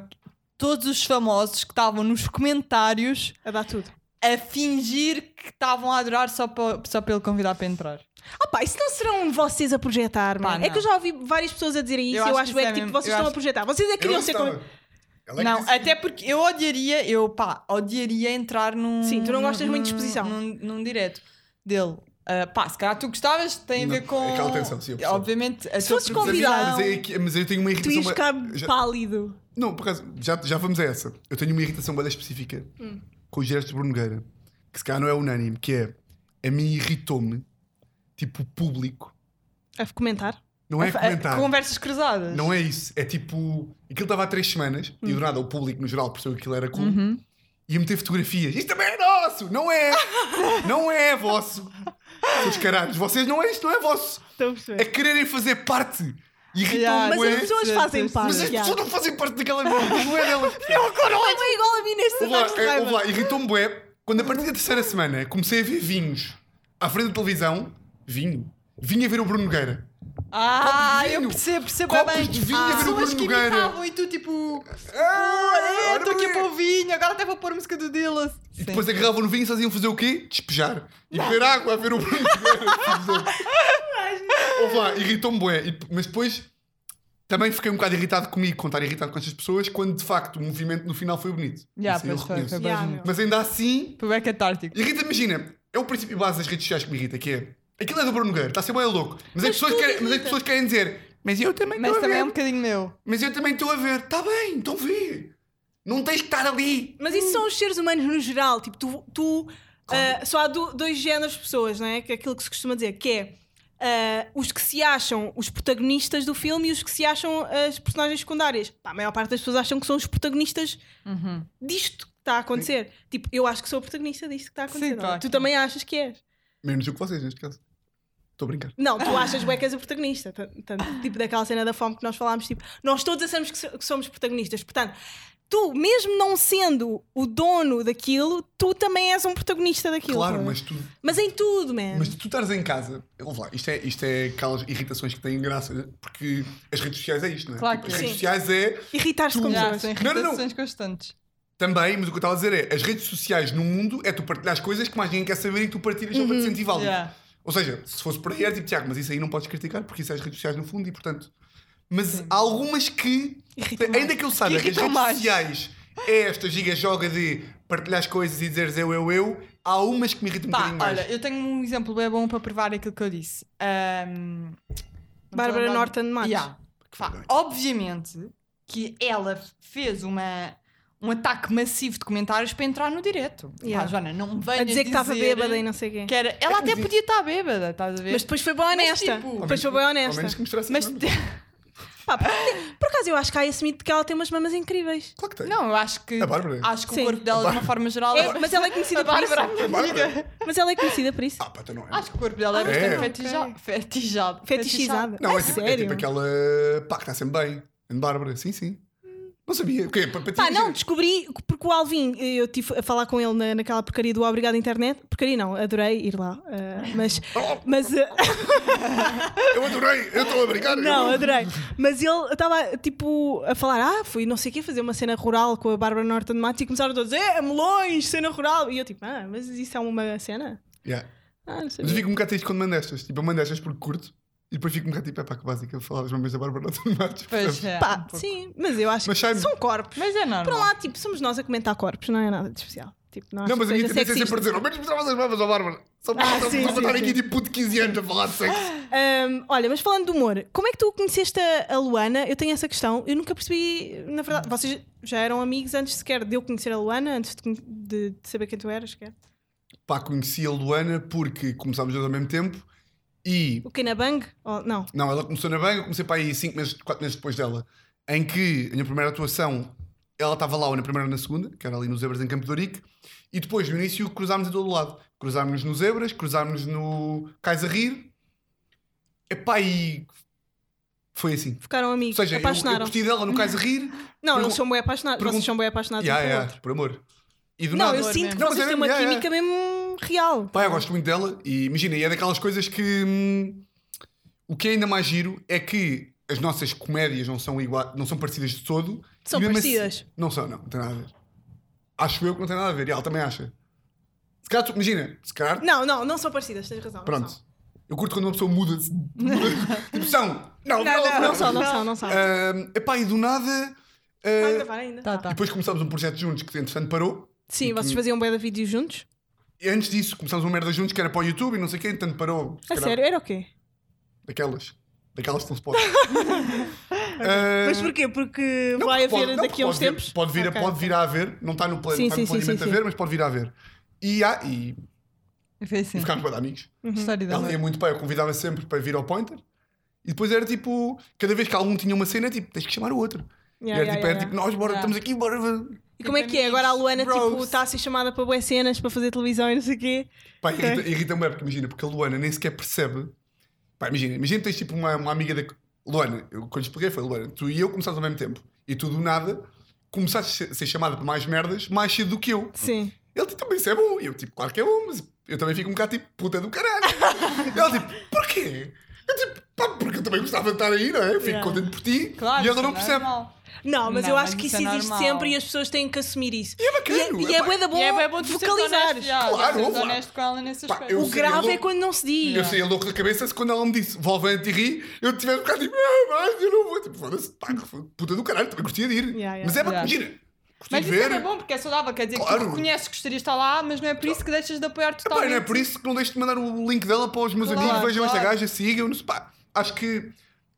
S4: todos os famosos que estavam nos comentários
S2: A dar tudo.
S4: a fingir que estavam a adorar só para, só para ele convidar para entrar.
S2: Ah pá, isso não serão vocês a projetar,
S4: Pá,
S2: mano. É
S4: não.
S2: que eu já ouvi várias pessoas a dizerem isso
S4: Eu
S2: e eu
S4: acho
S2: acho
S4: que
S2: é
S4: isso é
S2: que tipo,
S4: mesmo-
S2: vocês
S4: eu
S2: estão a
S4: acho-
S2: projetar. Vocês é que
S3: Eu
S2: queriam ser
S3: gostava.
S2: como...
S3: Ela é que
S4: não,
S3: disse-
S4: até porque eu odiaria, eu pá, odiaria entrar num.
S2: Sim, tu não
S4: num-
S2: gostas muito de exposição.
S4: Num, num direto dele. Ah, pá, se calhar tu gostavas, tem a
S3: Não,
S4: ver
S3: é
S4: com.
S3: aquela tensão, sim, eu percebo.
S4: Obviamente, a se
S2: fosses
S3: Mas, é-
S2: convidado-
S3: mas, é que- mas eu tenho é uma
S2: Tu
S3: irritação.
S2: ias ficar
S3: bué- já-
S2: pálido.
S3: Não, por acaso, já, já vamos a essa. Eu tenho uma irritação bem específica
S2: Hum.
S3: com os gestos de Bruno Nogueira, que se calhar não é unânime, que é a mim irritou-me, tipo, o público.
S2: A comentar?
S3: Não é comentar.
S4: Conversas cruzadas.
S3: Não é isso. É tipo, aquilo estava há três semanas e
S2: Hum.
S3: do nada o público no geral percebeu que aquilo era cool
S2: Uhum.
S3: e ia meter fotografias. Isto também é nosso! Não é! não é vosso! Seus caralhos, vocês não é isto, não é vosso!
S2: Estou a
S3: É
S2: perceber.
S3: quererem fazer parte! Irritam-me,
S4: Yeah,
S2: Mas
S3: bué.
S2: as pessoas
S4: sim,
S2: fazem
S4: sim,
S2: parte.
S3: Mas as
S2: yeah.
S3: pessoas não fazem parte daquela merda, não é delas.
S2: Não é igual a mim neste
S3: Ouve lá,
S2: ataques de
S3: é,
S2: raiva.
S3: ouve lá, irritou-me bué quando a partir da terceira semana comecei a ver vinhos à frente da televisão, vinho, vinha ver o Bruno Nogueira.
S4: Ah,
S3: Copos de
S4: eu
S3: vinho.
S4: percebo, percebo
S3: Copos
S4: bem.
S3: de vinho
S4: ah,
S3: a ver o
S4: pessoas
S3: Bruno
S4: que
S3: Nogueira.
S4: imitavam e tu tipo.
S3: Ah,
S4: Olha, estou aqui
S3: olha.
S4: para o vinho, agora até vou pôr a música do Dylan.
S3: E depois agarravam no vinho e só iam fazer o quê? Despejar. E beber água a ver o Bruno Nogueira. Ouve lá, irritou-me bué. E- mas depois Também fiquei um bocado irritado comigo quando estar irritado com estas pessoas, quando de facto o movimento no final foi bonito.
S4: Já,
S3: Isso aí eu
S4: pois foi,
S3: reconheço.
S4: foi
S2: Yeah,
S4: bem.
S2: meu.
S3: Mas ainda assim,
S4: Foi bem catártico.
S3: irrita imagina, é o princípio base das redes sociais que me irrita, que é aquilo é do Bruno Nogueira, está a ser bem louco.
S2: Mas
S3: Mas, as pessoas
S2: tudo
S3: querem, mas as
S2: irrita.
S3: pessoas querem dizer, mas eu também
S4: Mas
S3: estou a
S4: também é um
S3: ver.
S4: bocadinho meu.
S3: Mas eu também estou a ver, está bem, então vê. Não tens que estar ali.
S2: Mas isso são os seres humanos no geral. Tipo, tu. tu ah, só há do- dois géneros de pessoas, não é? Que é aquilo que se costuma dizer, que é. ah, os que se acham os protagonistas do filme e os que se acham as personagens secundárias. Pá, a maior parte das pessoas acham que são os protagonistas
S4: Uhum.
S2: disto que está a acontecer. Tipo, eu acho que sou o protagonista disto que está a
S4: Sim,
S2: acontecer. não é?
S4: claro.
S2: Tu também achas que és.
S3: Menos do que vocês, neste caso. Estou a brincar.
S2: Não, tu achas bué que és o protagonista. Tan- Tanto, tipo daquela cena da fome que nós falámos, tipo, nós todos achamos que, so- que somos protagonistas. Portanto, tu, mesmo não sendo o dono daquilo, tu também és um protagonista daquilo.
S3: Claro,
S2: tá?
S3: mas tu,
S2: Mas em tudo, man.
S3: mas tu estás em casa. Ouve lá, isto é, isto é aquelas irritações que têm graça, né? porque as redes sociais é isto, não é?
S4: Claro
S3: Tipo,
S4: que
S3: as
S4: é.
S3: redes
S2: Sim.
S3: sociais é
S2: Irritar-se
S3: tu-
S2: com
S4: Já,
S2: pessoas.
S4: são
S3: Não, não, não.
S4: irritações constantes.
S3: Também, mas o que eu estava a dizer é, as redes sociais no mundo é tu partilhar as coisas que mais ninguém quer saber e que tu partilhas só para te sentir válido.
S4: Uhum. Yeah.
S3: Ou seja, se fosse por aí era tipo, Tiago, mas isso aí não podes criticar porque isso é as redes sociais no fundo e portanto... Mas há algumas que,
S2: Irritam
S3: ainda que eu saiba
S4: Que
S3: que, as
S4: irritam
S3: redes
S4: mais.
S3: sociais é esta giga joga de partilhar as coisas e dizeres eu, eu, eu, há umas que me irritam um
S4: Pá,
S3: bocadinho mais.
S4: Tá, olha, eu tenho um exemplo bem bom para provar aquilo que eu disse. Ahm, não
S2: Bárbara
S4: estou a
S2: Norton
S4: lembrar-
S2: Matos.
S4: Yeah. Pá, obviamente que ela fez uma, um ataque massivo de comentários para entrar no direto.
S2: Yeah.
S4: Pá, Joana, não me venhas
S2: A dizer que estava bêbada e não sei o quê.
S4: que era... Ela até podia estar bêbada, estás a ver?
S2: Mas depois foi bem honesta.
S4: tipo- Ao
S2: depois foi bem
S3: Ao
S2: honesta.
S3: menos que mostrasse
S4: Mas-
S3: as mamas.
S2: Pá, por, por acaso eu acho que a Yasmin que ela tem umas mamas incríveis.
S3: Claro que tem.
S4: Não, eu acho que...
S3: A Bárbara?
S4: Acho que
S2: Sim.
S4: o corpo dela, de uma forma geral...
S2: É, mas ela é conhecida
S4: a
S2: por
S4: Bárbara, a
S2: isso.
S4: minha
S3: Bárbara.
S4: amiga.
S2: Mas ela é conhecida por isso.
S3: Ah, pá, então não é.
S4: Acho que o corpo dela é
S2: Ah,
S4: bastante
S3: ok.
S4: fetija- fetijado.
S2: Fetichizada.
S3: Não,
S2: Ah,
S3: é, tipo, é
S2: sério?
S3: tipo aquela. Pá, que está sempre bem. Ana Bárbara, sim, sim. Não sabia. O quê? Para, para ti,
S2: Pá, não,
S3: imagina.
S2: descobri, porque o Alvin, eh, eu estive a falar com ele na- naquela porcaria do Obrigado Internet. Porcaria não, adorei ir lá. ah, mas. mas ah,
S3: Eu adorei, eu estou a brincar.
S2: não, adorei. Mas ele estava, tipo, a falar: ah, fui não sei o quê fazer uma cena rural com a Bárbara Norton de Matos e começaram todos: é, melões, cena rural. E eu, tipo, ah, mas isso é uma cena?
S3: Yeah.
S2: Ah, não
S3: Mas eu
S2: sabia.
S3: fico um bocado triste quando mando estas. Tipo, eu mando estas porque curto e depois fico um bocado tipo, é pá, que básica, eu falava as mamas da Bárbara não tem matos.
S4: Pois é. um
S2: Pá,
S4: pouco.
S2: sim, mas eu acho
S3: Mas
S2: que
S3: sabe-
S2: são corpos.
S4: Mas é normal.
S2: Por um lado, tipo, somos nós a comentar corpos, não é nada de especial. Tipo, não, acho
S3: Não, mas a
S2: que
S3: minha
S2: seja
S3: tendência é sempre
S2: sexista.
S3: a dizer, ao menos mostravas as mamas à oh, Bárbara. Só para
S2: Ah,
S3: só-
S2: sim,
S3: só para
S2: sim,
S3: estar
S2: sim.
S3: aqui tipo puto de 15 anos a falar de sexo.
S2: Ahm, olha, mas falando de humor, como é que tu conheceste a, a Luana? Eu tenho essa questão. Eu nunca percebi, na verdade, vocês já eram amigos antes sequer de eu conhecer a Luana, antes de, conhe- de- de saber quem tu eras, sequer.
S3: Pá, conheci a Luana porque começámos dois ao mesmo tempo e
S2: O Kinabang? Oh, não.
S3: Não, ela começou na banca, eu comecei para aí 5 meses, 4 meses depois dela, em que a minha primeira atuação, ela estava lá, ou na primeira ou na segunda, que era ali nos Zebras em Campo de Ourique, e depois no início cruzámos em todo o lado. Cruzámos-nos no Zebras, cruzámos no Cais a Rir, epá, e foi assim.
S2: Ficaram
S3: Ou
S2: amigos,
S3: seja, eu, eu
S2: apaixonaram.
S3: curti dela no Cais a Rir,
S2: Não, eles
S3: pergun-
S2: são bem apaixonados.
S3: pergun-
S2: Vocês são bem apaixonados. um
S3: yeah,
S2: pelo
S3: yeah,
S2: outro.
S3: por amor. E do
S2: Não,
S3: nada,
S2: eu
S4: Adoro
S2: sinto
S4: mesmo.
S2: que
S3: Não, mas
S2: vocês
S3: é
S2: têm
S3: mesmo,
S2: uma
S3: yeah, yeah.
S2: química mesmo real.
S3: Pá, eu gosto muito dela e imagina, e é daquelas coisas que hum, o que é ainda mais giro é que as nossas comédias não são iguais, não são parecidas de todo.
S2: São
S3: E mesmo assim
S2: parecidas.
S3: não são, não, não tem nada a ver. Acho eu que não tem nada a ver, e ela também acha. Se calhar, tu, imagina, se calhar,
S2: Não, não, não são parecidas, tens razão. não
S3: pronto.
S2: são.
S3: Eu curto quando uma pessoa muda-se. Muda, tipo, são. Não, não,
S2: Não, não são, não são, não são.
S3: Hum, epá, e do nada. hum,
S2: Vai gravar ainda?
S4: Tá, tá.
S3: depois começámos um projeto juntos que, entretanto, parou.
S2: Sim,
S3: Hum.
S2: vocês faziam bué de vídeo juntos?
S3: E antes disso, começámos uma merda juntos que era para o YouTube e não sei o quê, entretanto, parou. se
S2: A
S3: calhar,
S2: sério, era o quê?
S3: Daquelas. Daquelas que não se pode.
S2: Mas porquê? Porque vai
S3: Pode-
S2: haver
S3: não,
S2: daqui a uns
S3: pode vir-
S2: tempos?
S3: Pode vir, a-
S4: Ok,
S3: pode
S4: ok.
S3: vir a haver. Não está no, plan,
S2: Sim,
S3: está no
S2: sim, sim,
S3: planeamento
S2: sim,
S3: a
S2: sim.
S3: haver, mas pode vir a haver. E, há, e,
S4: Foi assim.
S3: e ficámos bem de amigos.
S4: História
S3: Ela
S4: dela.
S3: ia muito bem, eu convidava sempre para vir ao Pointer. E depois era tipo, cada vez que algum tinha uma cena, tipo, tens que chamar o outro.
S2: Yeah,
S3: E era
S2: yeah,
S3: tipo,
S2: yeah.
S3: era tipo, nós bora,
S4: Yeah.
S3: estamos aqui, bora.
S2: E como é que é? Agora a Luana tipo,
S4: Bros.
S2: está a ser chamada para boas cenas, para fazer televisão e não sei o quê.
S3: Pá,
S2: Ok.
S3: irrita- irrita-me bem, porque imagina, porque a Luana nem sequer percebe. Pá, imagina, imagina que tens tipo uma, uma amiga da. Luana, eu, quando lhe expliquei foi Luana, tu e eu começámos ao mesmo tempo. E tu do nada começaste a ser- ser chamada para mais merdas mais cedo do que eu.
S2: Sim.
S3: Ele tipo, também isso é bom. E eu tipo, claro que é bom, mas eu também fico um bocado tipo, puta do caralho. Ela tipo, porquê? Eu tipo, pá, porque eu também gostava de estar aí, não é? Eu fico
S2: Yeah.
S3: contente por ti.
S4: Claro.
S3: um e ela não
S4: isso é
S3: percebe.
S4: normal.
S2: Não, mas
S4: Não,
S2: eu
S4: mas
S2: acho que
S4: isso
S2: isso,
S4: é
S2: existe
S4: normal.
S2: sempre e as pessoas têm que assumir isso.
S3: E é bacana,
S2: E é,
S3: é
S2: e é
S3: ba-
S2: bué da bom,
S4: E é bem bom tu
S2: vocalizar.
S4: vocalizares. Claro,
S3: Claro,
S4: claro.
S3: ouve lá.
S4: honesto com ela nesse
S3: Pá,
S4: aspecto.
S3: eu
S2: O
S3: sei,
S2: grave
S3: eu-
S2: é quando não se
S3: Eu
S2: diz.
S3: saía louco da cabeça se quando ela me disse Volvem a ri, eu tive um bocado tipo, ah, mas eu não vou. Tipo, foda-se, pá, que foi puta do caralho, também gostia de ir.
S2: Uhum. Yeah, yeah.
S3: Mas é para
S4: Yeah.
S3: gira. Gostei
S4: Mas
S3: de
S4: isso
S3: ver.
S4: é bem bom porque é saudável, quer dizer que
S3: Claro.
S4: tu reconheces que gostarias de estar lá, mas não é por isso que deixas de apoiar
S3: Pá,
S4: totalmente.
S3: não é por
S2: tipo
S3: isso que não deixo de mandar o link dela para os meus
S4: Claro,
S3: amigos, vejam esta
S4: claro.
S3: gaja, sigam-nos. Pá, acho que.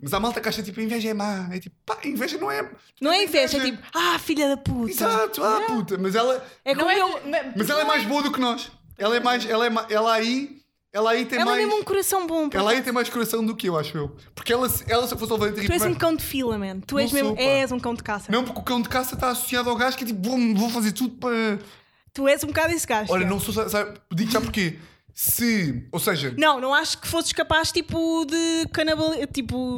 S3: Mas há malta que acha tipo, a inveja é má. É tipo, pá, a inveja não é.
S2: Não é inveja, é tipo, ah, filha da puta.
S3: Exato, ah, puta. Mas ela,
S2: É como
S4: Não é-
S2: eu.
S3: mas ela é mais boa do que nós. Ela é mais. Ela, é, ma- ela aí. Ela aí tem
S2: Ela
S3: mais.
S2: é mesmo um coração bom. pá.
S3: Ela aí tem mais coração do que eu, acho eu. Porque ela, se- ela se eu fosse ao tipo, Valente
S2: Tu
S3: Rio.
S2: és um cão de fila, man. Tu és
S3: Não sou,
S2: mesmo.
S3: pá.
S2: És um cão de caça.
S3: Não, porque o cão de caça está associado ao gajo que é tipo, vou, vou fazer tudo para.
S2: Tu és um bocado esse gajo.
S3: Olha,
S2: já.
S3: não sou. Sabe, digo já porquê. Se. Ou seja.
S2: Não, não acho que fosses capaz, tipo, de canabal... Tipo,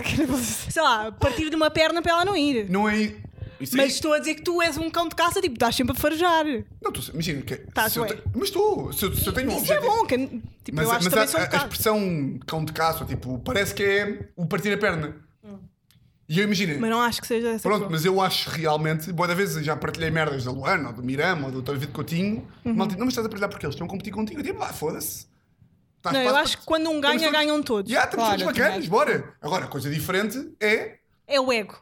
S2: sei lá, partir de uma perna para ela não ir.
S3: Não é. Isso aí-
S2: Mas estou a dizer que tu és um cão de caça, tipo, estás sempre a farejar.
S3: Não, tu, imagina que.
S2: Tá,
S3: se eu
S2: tu é.
S3: te- mas estou. Se, eu- se eu tenho um
S2: Isso é
S3: objetivo-
S2: bom, que, tipo,
S3: Mas,
S2: eu acho
S3: mas
S2: que também
S3: a,
S2: sou um
S3: a- a
S2: bocado.
S3: expressão cão de caça, tipo, parece que é o partir a perna. E eu imagino.
S2: Hum. Mas não é acho que seja essa
S3: Pronto,
S2: pessoa.
S3: mas eu acho realmente, boa da vez já partilhei merdas da Luana, ou do Mirama, ou do Dr. Vitor Coutinho.
S2: Uhum.
S3: Malta, não me estás a partilhar porque eles estão a competir contigo. Eu digo, vá, foda-se. Estás
S2: Não, eu
S3: quase
S2: acho que quando um ganha,
S3: Estamos todos-
S2: ganham todos.
S3: Já, estamos
S4: Claro,
S3: todos
S4: eu também
S3: bacanas,
S4: acho.
S3: bora. Agora, a coisa diferente é.
S2: É o ego.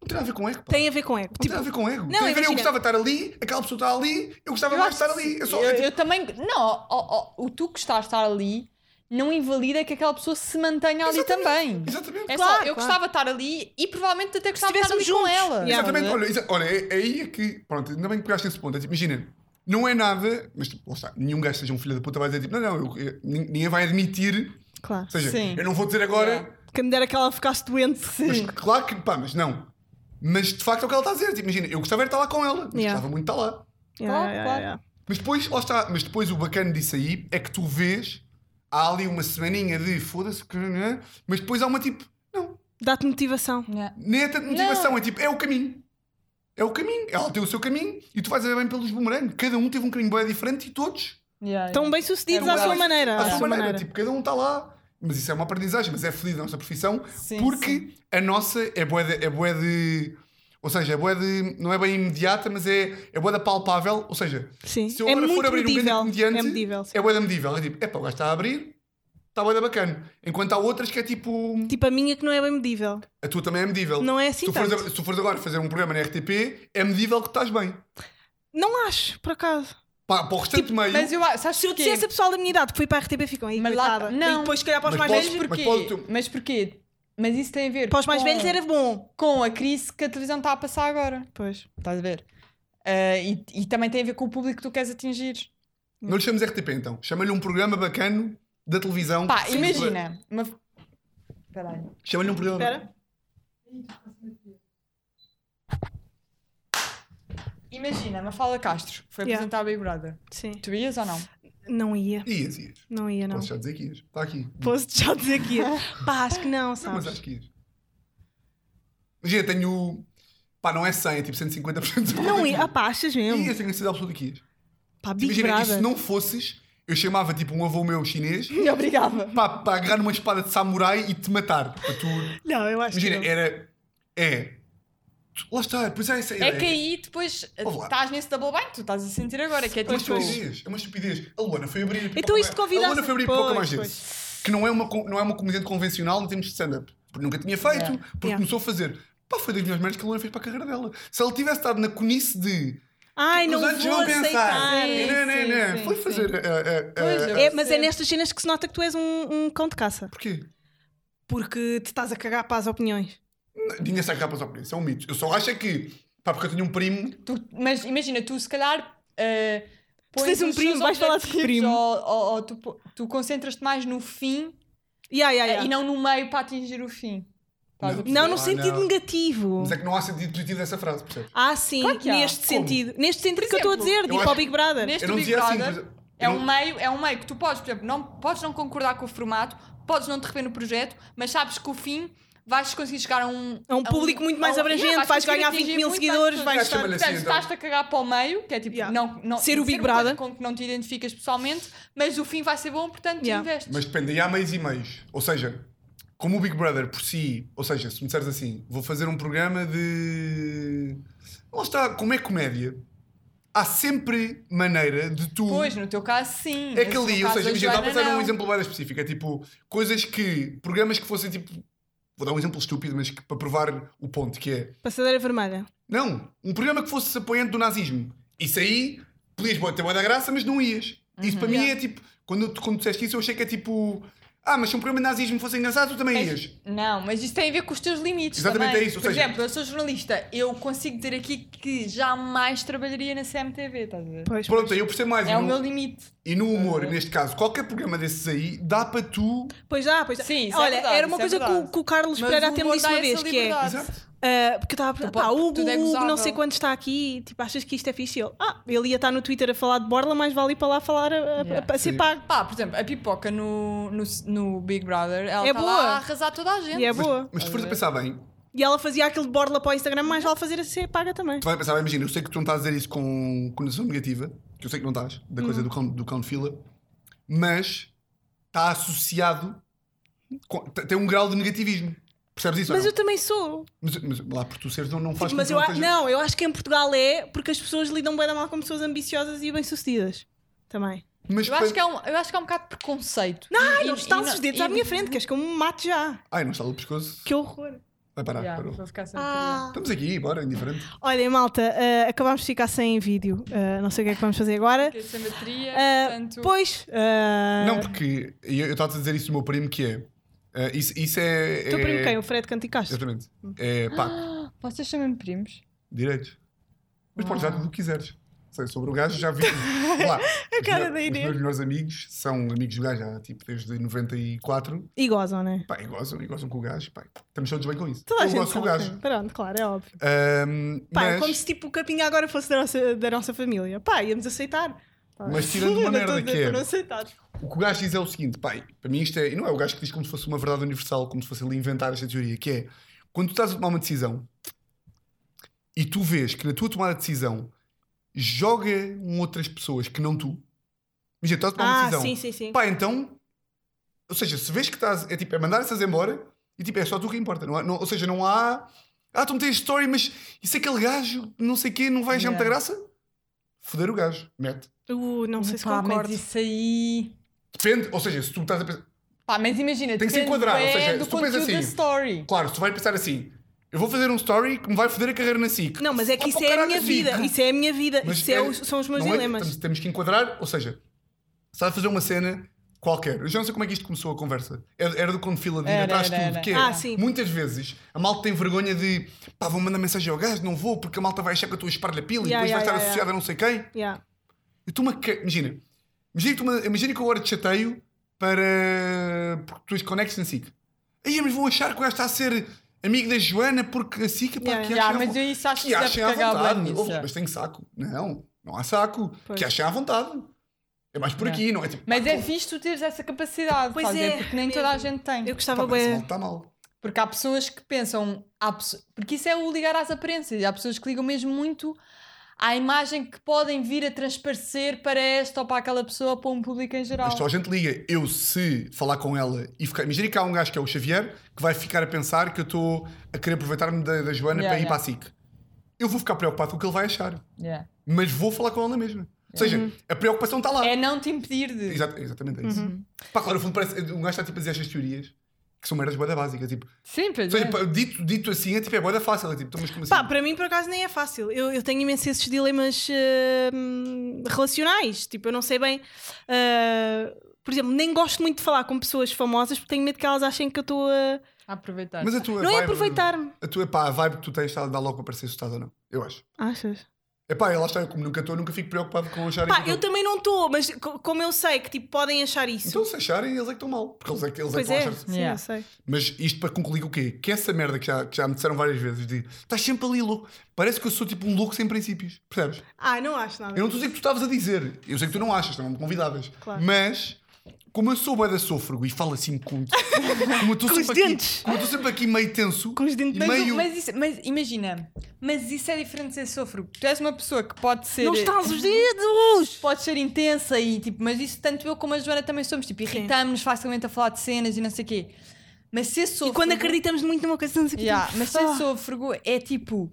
S3: Não tem nada a ver com ego. pá.
S2: Tem a ver com ego.
S3: Não
S2: Tipo,
S3: tem nada a ver com ego.
S2: não,
S3: tem a ver, eu
S2: imagina.
S3: gostava de estar ali, aquela pessoa está ali, eu gostava mais de estar ali. Eu só.
S4: eu,
S3: é tipo,
S4: eu também. Não, ó, ó, o tu que estás a estar ali não invalida que aquela pessoa se mantenha ali
S3: Exatamente.
S4: também.
S3: Exatamente.
S4: É
S2: Claro,
S4: só,
S2: claro.
S4: eu gostava de estar ali e provavelmente até gostava de estar ali
S2: estivéssemos
S4: com
S2: juntos.
S4: ela.
S2: Yeah.
S3: Exatamente,
S4: Não é?
S3: olha, exa- olha, é- é aí é que. Pronto, ainda bem que pegaste nesse ponto. É tipo, imagina, não é nada, mas tipo, lá está, nenhum gajo seja um filho da puta vai dizer tipo, não, não, eu- eu- nin- ninguém vai admitir.
S2: claro.
S3: Ou seja,
S4: Sim.
S3: eu não vou dizer agora,
S4: Yeah.
S2: Quem me dera que ela ficasse doente.
S3: mas claro que, pá, mas não. Mas de facto é o que ela está a dizer. Tipo, imagina, eu gostava de estar lá com ela, mas
S2: Yeah.
S3: gostava muito de estar lá.
S2: Yeah,
S4: Claro,
S2: yeah,
S4: claro.
S2: yeah.
S3: Mas depois, lá está, mas depois o bacana disso aí é que tu vês, há ali uma semaninha de foda-se, que- né? mas depois há uma tipo, não,
S2: Dá-te motivação.
S4: Yeah.
S3: nem é tanto motivação, é tipo, é o caminho. É o caminho, ela tem o seu caminho e tu vais a ver bem pelos bumerangues. Cada um teve um caminho bem diferente e todos
S4: Yeah,
S2: Estão
S4: yeah.
S2: bem sucedidos
S4: É
S2: à sua
S3: Mas-
S2: maneira.
S3: À sua maneira. Tipo, cada um está lá. Mas isso é uma aprendizagem, mas é feliz a nossa profissão.
S4: Sim,
S3: porque
S4: sim.
S3: a nossa é boa de, é bué de- Ou seja, é boa de. Não é bem imediata, mas é, é boa da palpável. Ou seja,
S2: Sim.
S3: tipo, se eu
S2: É
S3: agora for
S2: muito
S3: abrir
S2: medível.
S3: um grande comediante.
S2: É medível, sim.
S3: É boa da medível. É tipo, epá, o gajo está a abrir, está boa da bacana. Enquanto há outras que é tipo.
S2: Tipo, a minha que não é bem medível.
S3: A tua também é medível.
S2: Não é assim
S3: se tu, fores,
S2: tanto.
S3: a- se tu fores agora fazer um programa na RTP, é medível que estás bem.
S2: Não acho, por acaso.
S3: Para, para o restante meio.
S4: Mas eu acho. Sabes
S2: Se Tipo, eu
S4: porquê?
S2: dissesse a pessoal da minha idade que foi para a RTP, ficam aí,
S4: Mas lá- tá.
S2: coitada.
S4: não.
S2: E depois, se calhar, para os
S3: Mas
S2: mais
S3: posso-
S2: velhos...
S4: Mas
S3: mas
S4: porquê?
S3: pode tu-
S4: Mas porquê? Mas isso tem a ver
S2: Para os mais
S4: com-
S2: velhos era bom.
S4: com a crise que a televisão está a passar agora.
S2: Pois.
S4: Estás a ver? Ah, e, e também tem a ver com o público que tu queres atingir.
S3: Não lhe chames RTP então. Chama-lhe um programa bacano da televisão.
S4: Pá,
S3: Sim,
S4: imagina. Uma... Peraí.
S3: Chama-lhe um programa.
S2: Espera.
S4: Imagina, Mafalda Castro foi
S2: Yeah.
S4: apresentar a Big Brother.
S2: Sim.
S4: Tu ias ou não?
S2: Não ia.
S3: Ias, ias.
S2: Não ia, não.
S3: Posso já dizer que ias. Está aqui.
S2: Posso já dizer que ia. Pá, acho que não,
S3: Não, mas
S2: sabes?
S3: acho que ias. Imagina, tenho. Pá, não é 100, é tipo 150% de
S2: Não ia. Ah
S3: probabilidade.
S2: pá, achas mesmo?
S3: Ias, tenho a certeza absoluta que ias.
S2: Pá, Big
S3: Imagina, e se
S2: Brother.
S3: não fosses, eu chamava tipo um avô meu chinês
S4: Obrigada.
S3: pá, para agarrar uma espada de samurai e te matar. Para tu...
S2: Não, eu acho
S3: Imagina,
S2: que não.
S3: era. É. Tu- Lá está, pois é, essa ideia.
S4: É que aí depois eh,
S3: Olá.
S4: estás nesse double bind, tu estás a sentir agora, que é
S3: É uma
S4: tipo.
S3: estupidez, é uma estupidez. A Luana foi abrir. para
S2: Então
S3: o
S2: isto
S3: Pokémon-
S2: convidaste-
S3: A Luana foi abrir para o
S2: Pois,
S3: Pokémon mais Que não é, uma, co- não é uma comediante convencional em termos de stand-up. Porque nunca tinha feito,
S4: Yeah.
S3: porque
S2: Yeah.
S3: começou a fazer. Pá, foi das melhores merdas que a Luana fez para a carreira dela. Se ela tivesse estado na conice de.
S2: Ai, não
S3: é- os outros
S2: vou
S3: vão
S2: aceitar.
S3: pensar. Né,
S4: Sim,
S3: não,
S4: sim,
S3: não, não.
S4: sim,
S3: foi
S4: sim.
S3: fazer. eh, eh,
S4: Pois,
S3: eh,
S4: eu-
S3: eh,
S2: É, mas é
S4: Sim.
S2: nestas cenas que se nota que tu és um, um cão de caça.
S3: Porquê?
S2: Porque te estás a cagar para as opiniões.
S3: Não, Ninguém sabe capas ao preço, é um mito. Eu só acho é que. Pá, porque eu tenho um primo.
S4: Tu- mas imagina, tu se calhar. eh, pões
S2: tens um
S4: os
S2: primo,
S4: teus
S2: vais falar de
S4: objetivos
S2: primo.
S4: Ou, ou- ou tu, po- tu concentras-te mais no fim
S2: Yeah,
S4: eh,
S2: yeah, yeah.
S4: e não no meio para atingir o fim. Estás a
S3: Não.
S4: perceber?
S2: Não, no
S3: Ah,
S2: sentido
S3: não.
S2: negativo.
S3: Mas é que não há sentido positivo dessa frase, percebes?
S2: Ah, sim,
S4: Claro que há.
S2: neste
S3: Como?
S2: sentido. Neste sentido
S4: Por
S2: que eu estou a
S4: exemplo,
S2: dizer, de ir
S3: acho-
S2: para o Big Brother.
S4: Neste
S3: Eu não
S4: Big
S3: dizia assim, por
S4: Brother
S3: exemplo.
S4: é
S3: Eu
S4: um
S3: não-
S4: meio, é um meio que tu podes, por exemplo, não, podes não concordar com o formato, podes não te rever no projeto, mas sabes que o fim vais conseguir chegar a um
S2: É um público muito mais
S4: a
S2: abrangente,
S4: Yeah,
S2: vais
S4: conseguir
S2: ganhar
S4: atingir
S2: 20 mil
S4: muito
S2: seguidores,
S4: mais
S2: vais
S3: pessoas.
S2: estar.
S3: Olha,
S4: Portanto,
S3: sim, então.
S4: estás-te a cagar para o meio, que é tipo,
S2: Yeah.
S4: não, não,
S2: Ser o Big
S4: uma coisa
S2: Brother.
S4: com que não te identificas pessoalmente, mas o fim vai ser bom, portanto,
S2: Yeah.
S4: investes.
S3: Mas depende, aí há meios e meios. Ou seja, como o Big Brother por si, ou seja, se me disseres assim, vou fazer um programa de. Lá está, como é comédia, há sempre maneira de tu.
S4: Pois, no teu caso, sim.
S3: É
S4: mas
S3: que
S4: no
S3: ali, ou
S4: caso
S3: seja,
S4: da
S3: imagina, dá
S4: Joana,
S3: para dar um
S4: não.
S3: exemplo bem específico. É tipo, coisas que. Programas que fossem tipo. Vou dar um exemplo estúpido, mas que- para provar o ponto, que é.
S2: Passadeira vermelha.
S3: Não, um programa que fosse apoiante do nazismo. Isso aí, podias boa- ter boa da graça, mas não ias.
S4: Uhum.
S3: Isso para mim é tipo. Quando, tu- quando disseste isso, eu achei que é tipo. Ah, mas se um programa de nazismo fosse engraçado, tu
S4: É
S3: também ias.
S4: Não, mas isso tem a ver com os teus limites.
S3: Exatamente,
S4: também.
S3: é isso, ou
S4: Por
S3: seja-
S4: exemplo, eu sou jornalista, eu consigo dizer aqui que jamais trabalharia na CMTV, estás a ver?
S2: Pois.
S3: Pronto, aí eu percebo mais.
S4: É
S3: e,
S4: o
S3: no,
S4: meu limite.
S3: e no humor,
S4: Uhum.
S3: neste caso, qualquer programa desses aí, dá para tu.
S2: Pois já, pois já.
S4: Sim, isso é
S2: Olha,
S4: verdade,
S2: era uma
S4: isso é
S2: coisa que, o,
S4: verdade.
S2: que o Carlos
S4: Mas
S2: Pereira
S4: o
S2: até me
S4: humor
S2: disse
S4: dá
S2: uma
S4: essa
S2: vez, que é.
S4: liberdade.
S3: Exato.
S2: ah, porque eu estava a perguntar, pá,
S4: Tudo é
S2: Hugo, Hugo não sei
S4: gozável.
S2: quanto está aqui, tipo, achas que isto é fixe? E ele, ah, ele ia estar no Twitter a falar de Borla, mas vale ir para lá falar a, a-
S4: Yeah.
S2: a- a ser
S3: Sim.
S2: pago.
S4: Pá, por exemplo, a pipoca no, no, no Big Brother, ela
S2: É
S4: tá
S2: boa.
S4: lá a arrasar toda a gente.
S2: E é boa.
S3: Mas se fores a
S4: Uhum.
S3: pensar bem,
S2: E ela fazia aquilo de Borla para o Instagram, mas vale fazer a ser paga também.
S3: tu vais pensar bem, imagina, eu sei que tu não estás a dizer isso com conotação negativa, que eu sei que não estás, da coisa
S4: Uhum.
S3: do cão, do cão de fila, mas está associado. com- t- tem um grau de negativismo. Percebes isso? ou
S2: Mas
S3: não?
S2: eu também sou. Tipo,
S3: Mas, mas lá por tu seres não, não faz
S2: Mas
S3: com
S2: eu
S3: que
S2: a-
S3: não,
S2: não, eu acho que em Portugal é porque as pessoas lidam bem da mal com pessoas ambiciosas e bem-sucedidas. Também.
S3: Mas
S4: Eu acho, que é um, eu acho que é um bocado de preconceito. Não,
S2: Ai, não estalos os dedos um à minha frente, queres que eu me mate já?
S3: Ai, não está o pescoço.
S2: Que horror.
S3: Vai parar,
S4: Yeah,
S3: parou.
S4: vou ficar sem
S2: Ah.
S3: Estamos aqui, bora, indiferente.
S2: Olha, malta, eh, acabámos de ficar sem vídeo. Eh, não sei o que é que vamos fazer agora.
S4: bateria. Fiquei sem bateria,
S2: Eh,
S4: portanto...
S2: Pois. eh,
S3: Não, porque e eu eu estava a dizer isso do meu primo que é. eh, isso, isso é.
S2: O teu
S3: é-
S2: primo quem? O Fred Canticastro?
S3: Exatamente. É pá,
S4: Ah, Vocês chamam-me primos?
S3: direitos. Mas
S2: Ah.
S3: podes dar tudo o que quiseres. Sei, sobre o gajo já vi. Lá, os
S2: cara
S3: meus-
S2: da Inês.
S3: Os meus melhores amigos são amigos do gajo há, tipo desde 94.
S2: E gozam, né?
S3: Pá, e gozam, e gozam com o gajo. Pá, estamos todos bem com isso.
S2: Toda a
S3: eu
S2: gente
S3: gosto com o
S2: sabe.
S3: gajo.
S2: Pronto, claro, é óbvio.
S3: Ahm,
S2: Pá, é
S3: mas,
S2: como se tipo o Capinha agora fosse da nossa, da nossa família. Pá, íamos aceitar. Pá.
S3: Mas tirando uma
S2: Não
S3: merda
S2: tô a dizer
S3: que é.
S2: Não aceitar.
S3: o que o gajo diz é o seguinte: pá, para mim isto é. E não é o gajo que diz como se fosse uma verdade universal, como se fosse ele inventar esta teoria, que é quando tu estás a tomar uma decisão e tu vês que na tua tomada de decisão jogam outras pessoas que não tu. Imagina, estás a tomar uma
S2: Ah,
S3: decisão.
S2: sim, sim, sim.
S3: Pá, então. Ou seja, se vês que estás. É tipo, é mandar essas embora e tipo, é só tu que importa. Não há- não- ou seja, não há. Ah, tu meteste story, mas isso é aquele gajo, não sei o quê, não vai achar
S4: Yeah.
S3: muita graça? Foder o gajo, mete.
S2: Uh, não sei se
S4: Pá,
S2: concordo.
S4: Mas isso aí...
S3: Depende, ou seja, se tu estás a pensar.
S4: Pá, mas imagina,
S3: Tem que se
S4: depende
S3: enquadrar, ou
S4: bué
S3: seja,
S4: do
S3: se tu pensas
S4: conteúdo da
S3: assim-
S4: story.
S3: Claro, se tu vais pensar assim, eu vou fazer um story que me vai foder a carreira na SIC.
S2: Não, mas é
S3: Ah,
S2: que isso
S3: pô,
S2: é a
S3: caralho,
S2: minha
S3: SIC.
S2: vida. Isso é a minha vida.
S3: Mas
S2: Isso é
S3: é-
S2: os- são os meus
S3: Não é?
S2: dilemas.
S3: Temos, temos que enquadrar, ou seja, se estás a fazer uma cena qualquer. Eu já não sei como é que isto começou a conversa. Era, era do quando fila de ir
S4: Era,
S3: atrás de
S4: era,
S3: tudo.
S4: era.
S3: Que é,
S2: Ah, sim.
S3: muitas vezes a malta tem vergonha de pá, vou mandar mensagem ao gajo, não vou, porque a malta vai achar que eu estou a espalhar pila
S2: Yeah,
S3: e depois vai
S2: yeah,
S3: estar
S2: yeah,
S3: associada a não sei quem.
S2: Yeah.
S3: Eu estou uma. ca- Imagina, imagina que, tu ma- imagina que eu agora te chateio para. porque tu desconectes na SIC. Aí, mas vão achar que o gajo está a ser amigo da Joana porque a SIC, pá,
S2: Yeah,
S3: que é
S4: Já,
S3: achem à
S4: mas
S3: vo-
S4: eu isso acho que
S3: que
S4: se deve
S3: achem à
S4: cagar bué
S3: vontade.
S4: nisso, é.
S3: Oh,
S4: já.
S3: mas tem saco. Não, não há saco.
S2: Pois.
S3: Que achem à vontade. É mais por
S4: Yeah.
S3: aqui, não é? Tipo,
S4: Mas
S3: pá,
S4: é
S3: pô,
S4: fixe tu teres essa capacidade,
S2: Pois
S4: estás a ver?
S2: é,
S4: porque nem toda a
S2: mesmo.
S4: gente tem.
S2: Eu
S3: pá,
S2: gostava
S3: mas esse mal
S2: bem.
S3: está mal.
S4: Porque há pessoas que pensam, há pesso- porque isso é o ligar às aparências, e há pessoas que ligam mesmo muito à imagem que podem vir a transparecer para esta ou para aquela pessoa ou para um público em geral.
S3: Mas só a gente liga. Eu, se falar com ela e ficar. Imagina que há um gajo que é o Xavier que vai ficar a pensar que eu estou a querer aproveitar-me da, da Joana
S4: Yeah,
S3: para ir
S4: yeah.
S3: para a SIC. Eu vou ficar preocupado com o que ele vai achar.
S4: Yeah.
S3: Mas vou falar com ela mesmo. Ou seja, a preocupação está lá.
S4: Uhum. É Uhum. não te impedir de.
S3: Exata- exatamente é isso. Pá, claro, no fundo parece. Um gajo está tipo, a dizer estas teorias que são merdas boeda básicas. Tipo,
S4: Sim,
S3: ou
S4: pois
S3: seja,
S4: é.
S3: pá, dito, dito assim, é tipo, é boeda fácil. É tipo, então, mas como assim?
S2: Pá, para mim por acaso nem é fácil. Eu, eu tenho imensos esses dilemas eh, relacionais. Tipo, eu não sei bem. eh, por exemplo, nem gosto muito de falar com pessoas famosas porque tenho medo que elas achem que eu estou a.
S4: aproveitar.
S3: Mas a tua
S2: Não é
S3: vibe-
S2: aproveitar-me.
S3: A tua, pá, a vibe que tu tens está a dar logo para parecer assustada ou não. Eu acho.
S2: Achas?
S3: É pá, ela está, eu como nunca estou, nunca fico preocupado com acharem.
S2: Pá,
S3: que
S2: eu também não estou, mas co- como eu sei que tipo, podem achar isso.
S3: Então se acharem, eles é que estão mal. Porque eles é que, eles é
S2: pois
S3: que vão
S2: é,
S3: achar.
S2: sim,
S4: Yeah.
S2: eu sei.
S3: Mas isto para concluir o quê? Que essa merda que já, que já me disseram várias vezes de estás sempre ali louco. Parece que eu sou tipo um louco sem princípios. Percebes?
S2: Ah, não acho nada.
S3: Eu não estou a dizer que tu estavas a dizer. Eu sei que tu não achas, não me convidavas.
S2: Claro.
S3: Mas, como eu sou bué da sôfrego e falo assim com... como eu estou
S2: Com os
S3: sempre aqui-
S2: dentes.
S3: Como eu estou sempre aqui meio tenso.
S2: Com os dentes
S3: e
S4: Mas, o-
S3: meio...
S4: mas isso- mas imagina, mas isso é diferente de ser sofro. Tu és uma pessoa que pode ser.
S2: Não estás os dedos!
S4: Pode ser intensa e tipo, mas isso tanto eu como a Joana também somos. Tipo, irritamos-nos facilmente a falar de cenas e não sei o quê. Mas se esse
S2: E quando
S4: sôfrego-
S2: acreditamos muito numa coisa, não sei o que.
S4: Yeah, mas ser
S2: Ah.
S4: sôfrego é tipo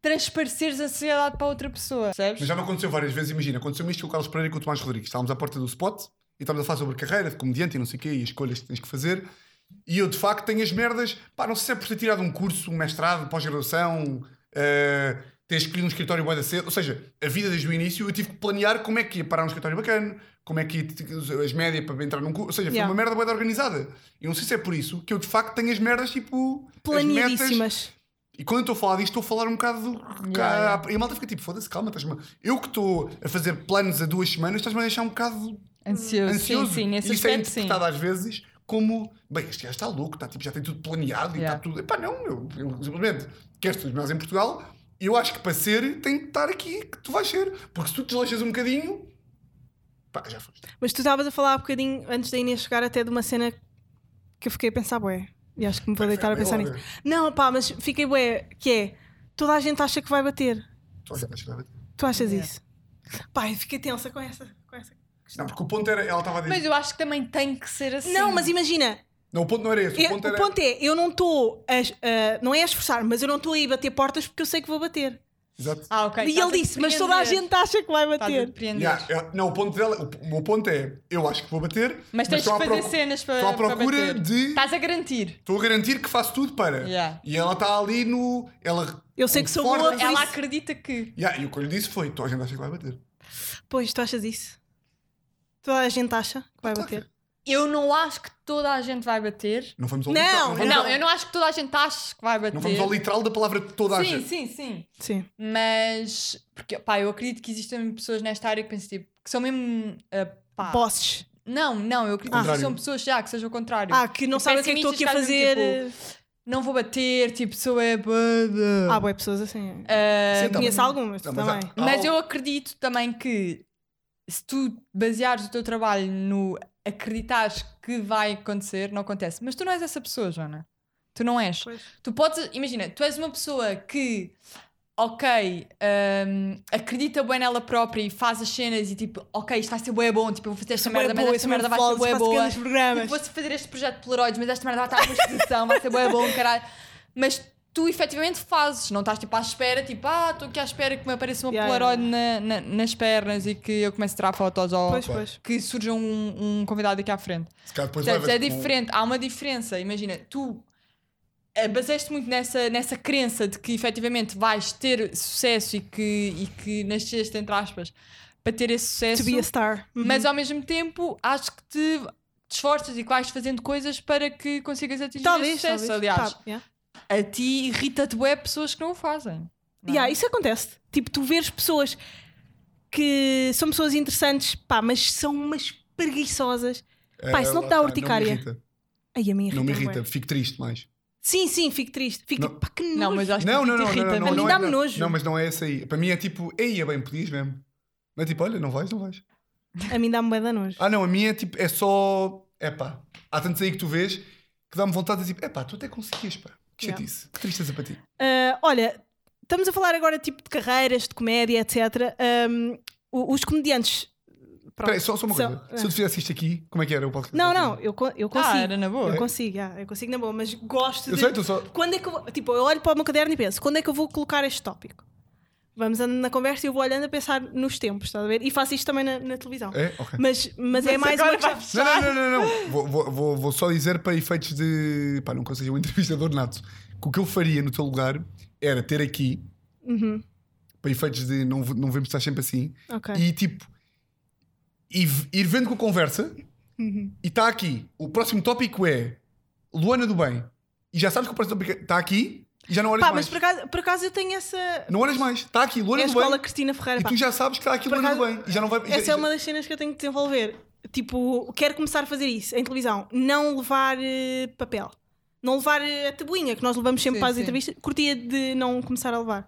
S4: transpareceres a sociedade para outra pessoa,
S3: Mas
S4: percebes?
S3: já me aconteceu várias vezes, imagina, aconteceu-me isto com o Carlos Pereira e com o Tomás Rodrigues. Estávamos à porta do spot e estávamos a falar sobre carreira de comediante e não sei o quê, e as escolhas que tens que fazer. E eu, de facto, tenho as merdas. Pá, não sei se é por ter tirado um curso, um mestrado, pós-graduação, eh, ter escolhido um escritório bué da cedo. Ou seja, a vida desde o início eu tive que planear como é que ia parar um escritório bacana, como é que ia ter as médias para entrar num curso. Ou seja, foi
S2: Yeah.
S3: uma merda bué da organizada. E não sei se é por isso que eu, de facto, tenho as merdas tipo. as metas-
S2: Planeadíssimas.
S3: e quando eu estou a falar disto, estou a falar um bocado do.
S4: Yeah,
S3: E a malta fica tipo, foda-se, calma, estás-me. Eu que estou a fazer planos há duas semanas, estás-me a deixar um bocado
S4: Ansioso.
S3: ansioso.
S4: Sim, sim, nesse
S3: e isso é
S4: aspecto sim.
S3: interpretado às vezes como. Bem, este gajo está louco, está, tipo, já tem tudo planeado
S4: Yeah.
S3: e está tudo. Epá, não, eu, eu simplesmente queres todos nós em Portugal, eu acho que para ser tem que estar aqui que tu vais ser. Porque se tu desleixas um bocadinho. Pá, já foste.
S2: Mas tu estavas a falar há bocadinho, antes da Inês chegar, até de uma cena que eu fiquei a pensar, bué. E acho que me vou deitar a
S3: vai
S2: pensar
S3: lá,
S2: nisso.
S3: vai.
S2: Não, pá, mas fiquei bué, que é, toda a gente acha que vai bater.
S3: Tu vais- vais chegar a-
S2: Tu achas
S4: Yeah.
S2: isso? Pá, eu fiquei tensa com essa. Com essa.
S3: Não, porque o ponto era. Ela estava a dizer.
S4: Mas eu acho que também tem que ser assim.
S2: Não, mas imagina,
S3: Não, o ponto não era esse.
S2: eu-
S3: o ponto era.
S2: é, eu não estou, a es- a- não é a esforçar, mas eu não estou a ir bater portas porque eu sei que vou bater.
S3: Exato.
S4: Ah, ok.
S2: e
S4: estás
S2: ele disse, mas toda a
S4: depreender.
S2: gente acha que vai
S4: Estás a
S2: bater.
S4: depreender.
S3: Yeah, eu- não, o ponto dela, o, o meu ponto é, eu acho que vou bater,
S4: Mas tens
S3: estou
S4: que
S3: à
S4: fazer
S3: procu-
S4: cenas para.
S3: estou à
S4: para
S3: procura
S4: bater.
S3: de-
S4: Estás a garantir.
S3: Estou a garantir que faço tudo para.
S4: Yeah.
S3: E ela está ali no. Ela
S2: Eu sei que sou boa,
S3: conforta-se-
S2: Por
S4: Ela
S2: isso-
S4: acredita que.
S3: Yeah, e o que eu lhe disse foi: toda a gente acha que vai bater.
S2: Pois, tu achas isso? Toda a gente acha que vai
S3: Claro que
S2: bater.
S4: Eu não acho que toda a gente vai bater.
S3: Não vamos ao
S2: Não,
S3: literal.
S2: não,
S3: vamos
S4: Não,
S3: ao-
S4: eu não acho que toda a gente ache que vai bater.
S3: não vamos ao literal da palavra toda a
S4: Sim,
S3: gente.
S4: sim, sim.
S2: Sim.
S4: Mas. Porque, pá, eu acredito que existem pessoas nesta área que pensam tipo. que são mesmo. ah, pá.
S2: Bosses.
S4: Não, não, eu acredito que
S3: Contrário.
S4: são pessoas já que seja o contrário.
S2: Ah, que não
S4: E
S2: sabem o que é que estou aqui a
S4: pessimistas
S2: fazer.
S4: fazem, tipo, Não vou bater, tipo, sou é. bada.
S2: Ah, boé, pessoas assim.
S4: Ah,
S3: Sim,
S2: Conheço
S3: tá, Hum. mas-
S2: algumas
S3: tá, mas há-
S2: também.
S3: há
S4: Mas
S3: al-
S4: eu acredito também que se tu baseares o teu trabalho no acreditares que vai acontecer, não acontece. Mas tu não és essa pessoa, Joana. Tu não és.
S2: Pois.
S4: Tu podes, imagina, tu és uma pessoa que, ok, hum, acredita bem nela própria e faz as cenas e tipo, ok, isto vai ser bué bom, tipo, eu vou fazer esta merda,
S2: Bué
S4: mas
S2: boa,
S4: esta
S2: isso é mesmo,
S4: merda vai ser
S2: vlogs,
S4: bué
S2: faço
S4: boa.
S2: grandes programas.
S4: Vou fazer este projeto de Polaroids, mas esta merda vai estar uma exposição, vai ser bué bom, caralho. Mas tu efetivamente fazes, não estás tipo à espera, tipo, ah, estou aqui à espera que me apareça uma
S2: Yeah,
S4: Polaroid na- na- nas pernas e que eu comece a tirar fotos ou
S2: Pois, pois.
S4: que surja um, um convidado aqui à frente.
S3: Se calhar depois
S4: Portanto, é
S3: leva-te com-
S4: diferente, há uma diferença. Imagina, tu eh, baseaste muito nessa, nessa crença de que efetivamente vais ter sucesso e que, e que nasceste, entre aspas, para ter esse
S2: To
S4: sucesso
S2: be a star. Uhum.
S4: mas ao mesmo tempo acho que te te esforças e que vais fazendo coisas para que consigas atingir
S2: talvez,
S4: esse sucesso.
S2: talvez.
S4: Aliás,
S2: Tá, yeah.
S4: a ti irrita-te bué pessoas que não o fazem. não é?
S2: Yeah, isso acontece. Tipo, tu vês pessoas que são pessoas interessantes, pá, mas são umas preguiçosas.
S3: Eh,
S2: Pá, isso não te dá
S3: lá está,
S2: urticária.
S3: Não me irrita,
S2: Aí a mim irrita.
S3: não me
S2: bué.
S3: irrita fico triste mais.
S2: Sim, sim, fico triste. Fico
S3: Não.
S2: tipo, pá, que nojo.
S4: Não, mas acho que
S3: Não,
S4: te
S3: não, não, não,
S4: irrita.
S3: não,
S2: A
S3: não,
S2: mim
S3: não é-
S2: dá-me
S3: não-
S2: nojo.
S3: Não, mas não é essa aí. Para mim é tipo, ei, é bem, podias mesmo. Não é tipo, olha, não vais, não vais.
S2: A mim dá-me bué da nojo.
S3: Ah, não, a minha é tipo, é só. É pá. Há tantos aí que tu vês que dá-me vontade de dizer, é pá, tu até conseguias, pá. Que
S2: Yeah.
S3: chatice. Que tristeza para ti.
S2: Ah, olha, estamos a falar agora tipo de carreiras, de comédia, etc. Ahm, o- os comediantes. pronto,
S3: Espera aí, só, só uma coisa.
S2: são-
S3: Se eu te fizesse isto aqui, como é que era o podcast?
S2: Não, não, eu, con- eu consigo.
S4: Ah, era na boa.
S2: Eu consigo, ah, eu consigo na boa, mas gosto
S3: Eu
S2: de.
S3: sei, tu só.
S2: Quando é que eu vou- Tipo, eu olho para o meu caderno e penso, quando é que eu vou colocar este tópico? Vamos andando na conversa e eu vou olhando a pensar nos tempos, estás a ver? E faço isto também na, na televisão.
S3: É? Ok.
S2: Mas, mas, é mais
S4: agora
S2: uma questão-
S4: vai
S3: Não, não, não, não, não. Vou, vou, vou, vou só dizer para efeitos de. Pá, não consegui um entrevistador nato. Que o que eu faria no teu lugar era ter aqui,
S2: Uhum,
S3: para efeitos de não, não vemos estar sempre assim,
S2: ok.
S3: e tipo. E v- ir vendo com a conversa,
S2: Uhum.
S3: E está aqui. O próximo tópico é Luana do Bem. E já sabes que o próximo tópico está aqui e já não olhas
S2: Pá, mas
S3: mais.
S2: por acaso, por acaso eu tenho essa.
S3: Não olhas mais. Está aqui
S2: é a
S3: Luana do
S2: escola
S3: Bem.
S2: Cristina Ferreira.
S3: E
S2: pá.
S3: tu já sabes que está aqui
S2: Por
S3: Luana do
S2: acaso,
S3: Bem. E já não vai. e já-
S2: Essa é uma das cenas que eu tenho que desenvolver. Tipo, quero começar a fazer isso em televisão. Não levar eh, papel. Não levar eh, a tabuinha que nós levamos sempre
S4: Sim,
S2: para as
S4: sim.
S2: entrevistas. Curtia de não começar a levar.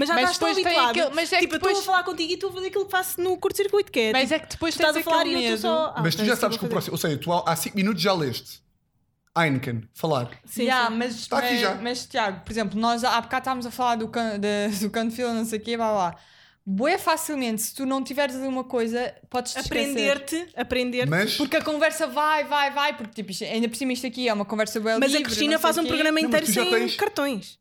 S2: Mas já
S4: Mas
S2: estás tão
S4: depois tem
S2: habituado.
S4: aquele- mas é que
S2: tipo, eu estou
S4: depois-
S2: a falar contigo e estou a fazer aquilo que faço no curto-circuito, que é.
S4: Mas
S2: tipo,
S4: é que depois
S2: tu
S4: tens
S2: estás a falar e eu
S4: aquele
S2: estou
S4: medo.
S2: só. ah,
S3: Mas tu
S2: ok,
S3: já
S2: isto
S3: sabes
S2: eu
S3: que
S2: vou
S3: o
S2: fazer.
S3: próximo. Ou seja, tu há 5 minutos já leste Heineken falar.
S2: Sim,
S4: Yeah,
S2: sim.
S4: Mas, eh,
S3: Está aqui
S4: mas-
S3: já.
S4: mas, Tiago, por exemplo, nós há bocado estávamos a falar do, can, de, do canto de fila, não sei o quê, blá blá. bué facilmente, se tu não tiveres ali uma coisa, podes te esquecer.
S2: Aprender-te, aprender-te.
S3: Mas,
S4: Porque a conversa vai, vai, vai, porque tipo, isto- ainda por cima isto aqui é uma conversa bué
S2: Mas a
S4: livre,
S2: Cristina
S4: não sei
S2: faz
S4: o
S2: um
S4: quê.
S2: programa
S3: Não, mas
S2: inteiro
S3: tu já
S2: sem
S3: tens-
S2: cartões.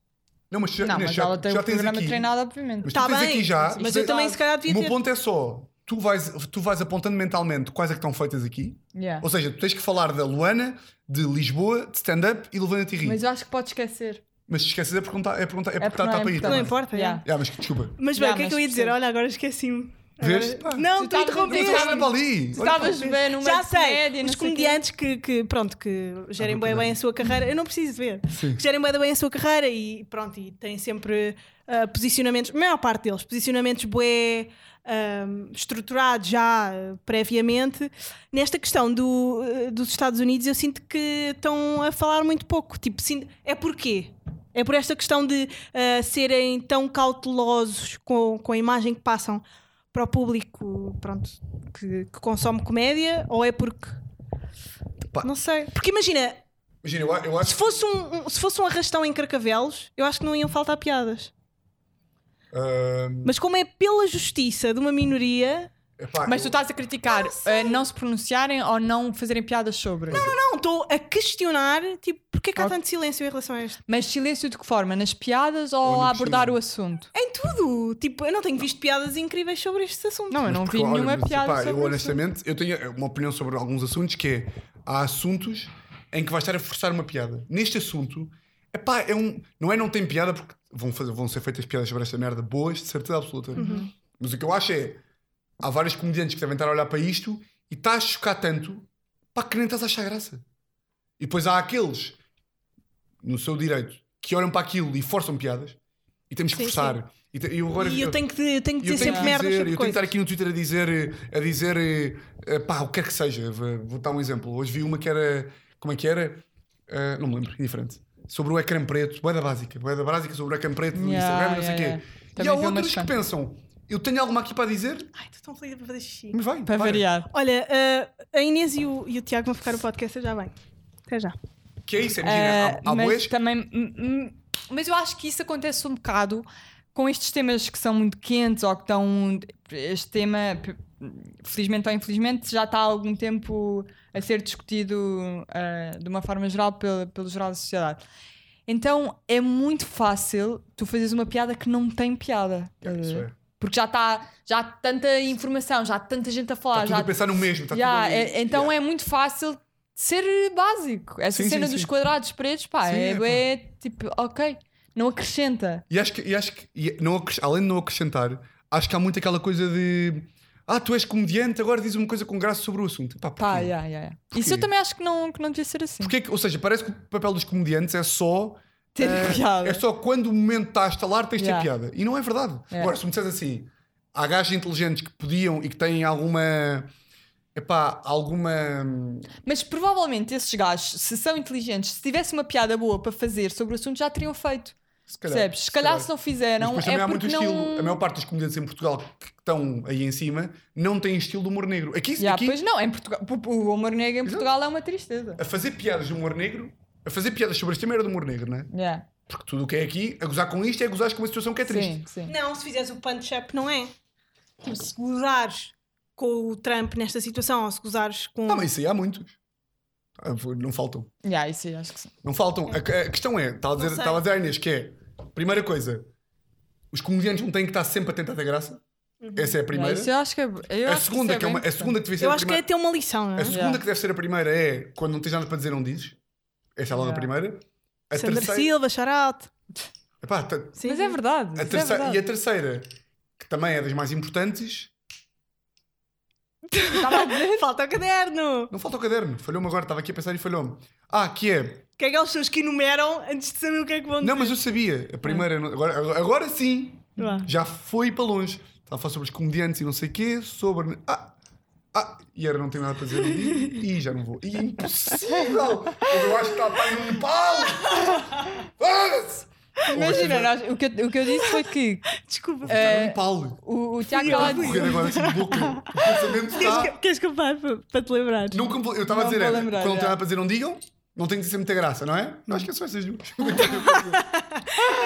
S3: não, mas, tu já-
S4: Não,
S3: Inês,
S4: mas
S3: já,
S4: ela tem
S2: um
S3: já
S4: o
S3: tens
S4: programa
S3: aqui.
S4: treinado, obviamente.
S3: Mas tu
S2: Está
S3: tens
S2: Tá bem,
S3: aqui já.
S2: mas eu também se calhar
S3: O
S2: devia
S3: meu
S2: ter.
S3: ponto é só: tu vais, tu vais apontando mentalmente quais é que estão feitas aqui.
S4: Yeah.
S3: tá, Ou seja, tu tens que falar da Luana, de Lisboa, de stand-up e Levanta e Ri.
S4: Mas
S3: Mas,
S4: eu acho que podes esquecer.
S3: se esqueces é perguntar, é perguntar, é
S4: É
S3: porque está tá
S4: porque não é
S3: para ir.
S4: importante.
S2: Não importa,
S4: Yeah.
S3: Ah, mas desculpa.
S2: Mas bem,
S4: Já,
S2: o que é que eu
S4: mas tá
S2: ia dizer?
S4: percebo.
S2: Olha, agora esqueci-me.
S3: Vês?
S2: Agora-
S3: Pá.
S2: Não,
S4: Tu
S2: tu
S4: estavas-
S3: Não
S4: Vês?
S2: interrompeste.
S3: estava para ali.
S4: Tu
S3: Olha, tá
S4: estavas bem numa
S2: Já sei,
S4: comédia, não
S2: os
S4: sei o quê.
S2: comediantes que, que, pronto, que gerem
S3: Ah,
S2: bem,
S3: perdão.
S2: bem a sua carreira, eu não preciso ver,
S3: Sim.
S2: que gerem bem, bem a sua carreira e pronto, e têm sempre ah, posicionamentos, a maior parte deles, posicionamentos bué ahm, estruturados já ah, previamente. Nesta questão do, ah, dos Estados Unidos, eu sinto que estão a falar muito pouco, tipo, sinto- é porquê? É por esta questão de ah, serem tão cautelosos com, com a imagem que passam para o público pronto, que, que consome comédia ou é porque.
S3: Pá.
S2: Não sei. Porque imagina,
S3: Imagina, eu, eu
S2: se
S3: acho.
S2: fosse um, um- se fosse um arrastão em carcavelos, eu acho que não iam faltar piadas.
S3: ahm,
S2: Mas como é pela justiça de uma minoria.
S3: epá,
S4: Mas
S3: eu-
S4: tu estás a criticar eh, não se pronunciarem ou não fazerem piadas sobre.
S2: Não, estou a questionar, tipo, porque é que há
S4: Ok.
S2: tanto silêncio em relação a isto?
S4: Mas silêncio de que forma? Nas piadas ou,
S3: Ou no
S4: a abordar
S3: questionário?
S4: o assunto?
S2: Em tudo! Tipo, eu não tenho visto piadas incríveis sobre estes assuntos.
S4: Não, eu não
S3: Porque,
S4: vi
S3: olha,
S4: nenhuma
S3: mas,
S4: piada
S3: epá,
S4: sobre
S3: Eu
S4: o
S3: honestamente, eu tenho uma opinião sobre alguns assuntos que é, há assuntos em que vais estar a forçar uma piada. Neste assunto, epá, é um, não é não tem piada porque vão, fazer, vão ser feitas piadas sobre esta merda boas, de certeza absoluta.
S4: Uhum.
S3: Mas o que eu acho é, há vários comediantes que devem estar a olhar para isto e está a chocar tanto, pá, que nem estás a achar graça. E depois há aqueles, no seu direito, que olham para aquilo e forçam piadas e temos que
S2: Sim,
S3: forçar. E, te- e agora-
S2: E eu tenho que, eu tenho que
S3: eu
S2: dizer
S3: tenho
S2: sempre
S3: que
S2: merdas
S3: dizer,
S2: sobre
S3: eu tenho que estar
S2: coisas.
S3: aqui no Twitter a dizer, a dizer eh, pá, o que é que seja. Vou vou dar um exemplo. Hoje vi uma que era. Como é que era? Eh, não me lembro, diferente. Sobre o ecrã preto, boeda básica, boeda básica sobre o ecrã preto do
S4: Yeah,
S3: Instagram, não sei o quê.
S4: yeah, yeah.
S3: E
S4: Também
S3: há
S4: vi uma
S3: outros que
S4: chata.
S3: pensam, eu tenho alguma aqui para dizer,
S2: Ai, estou tão feliz para fazer xixi.
S3: mas vai. para.
S4: Para variar.
S2: Olha, ah, a Inês e o, e o Tiago vão ficar no podcast, eu já bem. Até já.
S3: Que é isso, imagina.
S4: Eh,
S3: há há
S4: mas
S3: boas.
S4: também. hum, hum, Mas eu acho que isso acontece um bocado com estes temas que são muito quentes ou que estão. Este tema, p- felizmente ou infelizmente, já está há algum tempo a ser discutido eh, de uma forma geral pelo, pelo geral da sociedade. Então é muito fácil tu fazeres uma piada que não tem piada.
S3: Yeah, isso é.
S4: Porque já está já há tanta informação, já há tanta gente a falar.
S3: Está Tá tudo
S4: já
S3: a pensar no mesmo. Está
S4: Yeah,
S3: tudo ali.
S4: é- então é muito fácil ser básico. Essa
S3: Sim, sim,
S4: cena
S3: sim.
S4: dos quadrados pretos, pá,
S3: Sim,
S4: é,
S3: é, pá.
S4: é tipo, ok, não acrescenta.
S3: E acho que, e acho que e não, acres- além de não acrescentar, acho que há muito aquela coisa de ah, tu és comediante, agora diz uma coisa com graça sobre o assunto. Pá,
S4: Pá,
S3: porquê?
S4: yeah, yeah, yeah. Isso eu também acho que não, que não devia ser assim.
S3: Porque é que- ou seja, parece que o papel dos comediantes é só.
S4: Ter
S3: eh,
S4: piada.
S3: É só quando o momento está a estalar tens de
S4: Yeah.
S3: ter piada. E não é verdade.
S4: Yeah.
S3: Agora, se me disseres assim, há gajos inteligentes que podiam e que têm alguma. Epá, alguma. hum,
S4: Mas provavelmente esses gajos, se são inteligentes, se tivesse uma piada boa para fazer sobre o assunto, já teriam feito.
S3: Se
S4: percebes? Se calhar se não
S3: Mas
S4: fizeram,
S3: depois também
S4: é
S3: há muito
S4: porque não.
S3: estilo. A maior parte dos comediantes em Portugal que estão aí em cima não têm estilo de humor negro. Aqui,
S4: Yeah,
S3: aqui
S4: Pois não, é em Portugal, o humor negro em Portugal é uma tristeza.
S3: a fazer piadas de humor negro, a fazer piadas sobre este tema era de humor negro, não é?
S4: Yeah.
S3: Porque tudo o que é aqui, a gozar com isto é gozar com uma situação que é triste.
S4: Sim, sim.
S2: Não, se fizeres o punch-up, não é. Tipo, se gozares com o Trump nesta situação, ou se gozares com.
S3: Não, mas isso aí há muitos. Ah, Não faltam.
S4: Yeah, isso aí acho que sim.
S3: Não faltam. A, a questão é, estava a dizer,
S2: Não sei.
S3: estava a dizer à Inês, que é, primeira coisa, os comediantes não têm que estar sempre a tentar ter graça.
S2: Uhum.
S3: Essa é a
S4: Yeah,
S3: primeira.
S4: isso eu acho que é. eu
S3: a
S4: acho
S3: segunda,
S4: isso
S3: que é uma,
S4: bem
S3: a segunda que deve ser
S2: Eu
S3: a
S2: acho que é
S3: primeira.
S2: ter uma lição, não é?
S3: A segunda
S4: Yeah.
S3: que deve ser a primeira é quando não tens nada para dizer, não dizes. Essa é logo
S4: Yeah. é
S3: a primeira. A
S2: Sandra
S3: terceira.
S2: Silva, shout-out.
S3: Epá, ta-
S2: Sim.
S4: Mas é verdade. isso
S3: a
S4: é
S3: terceira-
S4: verdade.
S3: e a terceira, que também é das mais importantes,
S4: Estava a dizer.
S2: Falta o caderno. O
S3: não falta o caderno. Falhou-me agora, estava aqui a pensar e falhou-me. Ah, que é.
S2: que é que elas pessoas que enumeram antes de saber o que é que vão dizer?
S3: Não, mas eu sabia. A
S4: Hum.
S3: primeira, não- agora, agora- agora sim,
S2: Vá.
S3: já foi para longe. Estava a falar sobre os comediantes e não sei o quê, sobre. Ah, ah, e era, não tenho nada para dizer. E, e já não vou. E é impossível! Eu acho que está para aí um pau! Foda-se!
S4: Imagina, nós- o, que eu, o que eu disse foi que
S2: Desculpa.
S3: Era
S4: eh,
S3: um pau!
S4: o, o Tiago
S2: Fui eu,
S4: estava a
S2: fui
S4: dizer.
S3: Correr agora assim de boca. O pensamento
S2: Queres
S3: está.
S2: que, queres que eu pare para, para te lembrar?
S3: Não compl- eu estava a
S4: Não
S3: dizer,
S4: vou
S3: era,
S4: lembrar,
S3: quando não
S4: já.
S3: tem nada para dizer, não digam. Não tem de ser muita graça, não é? Não esqueçam essas duas.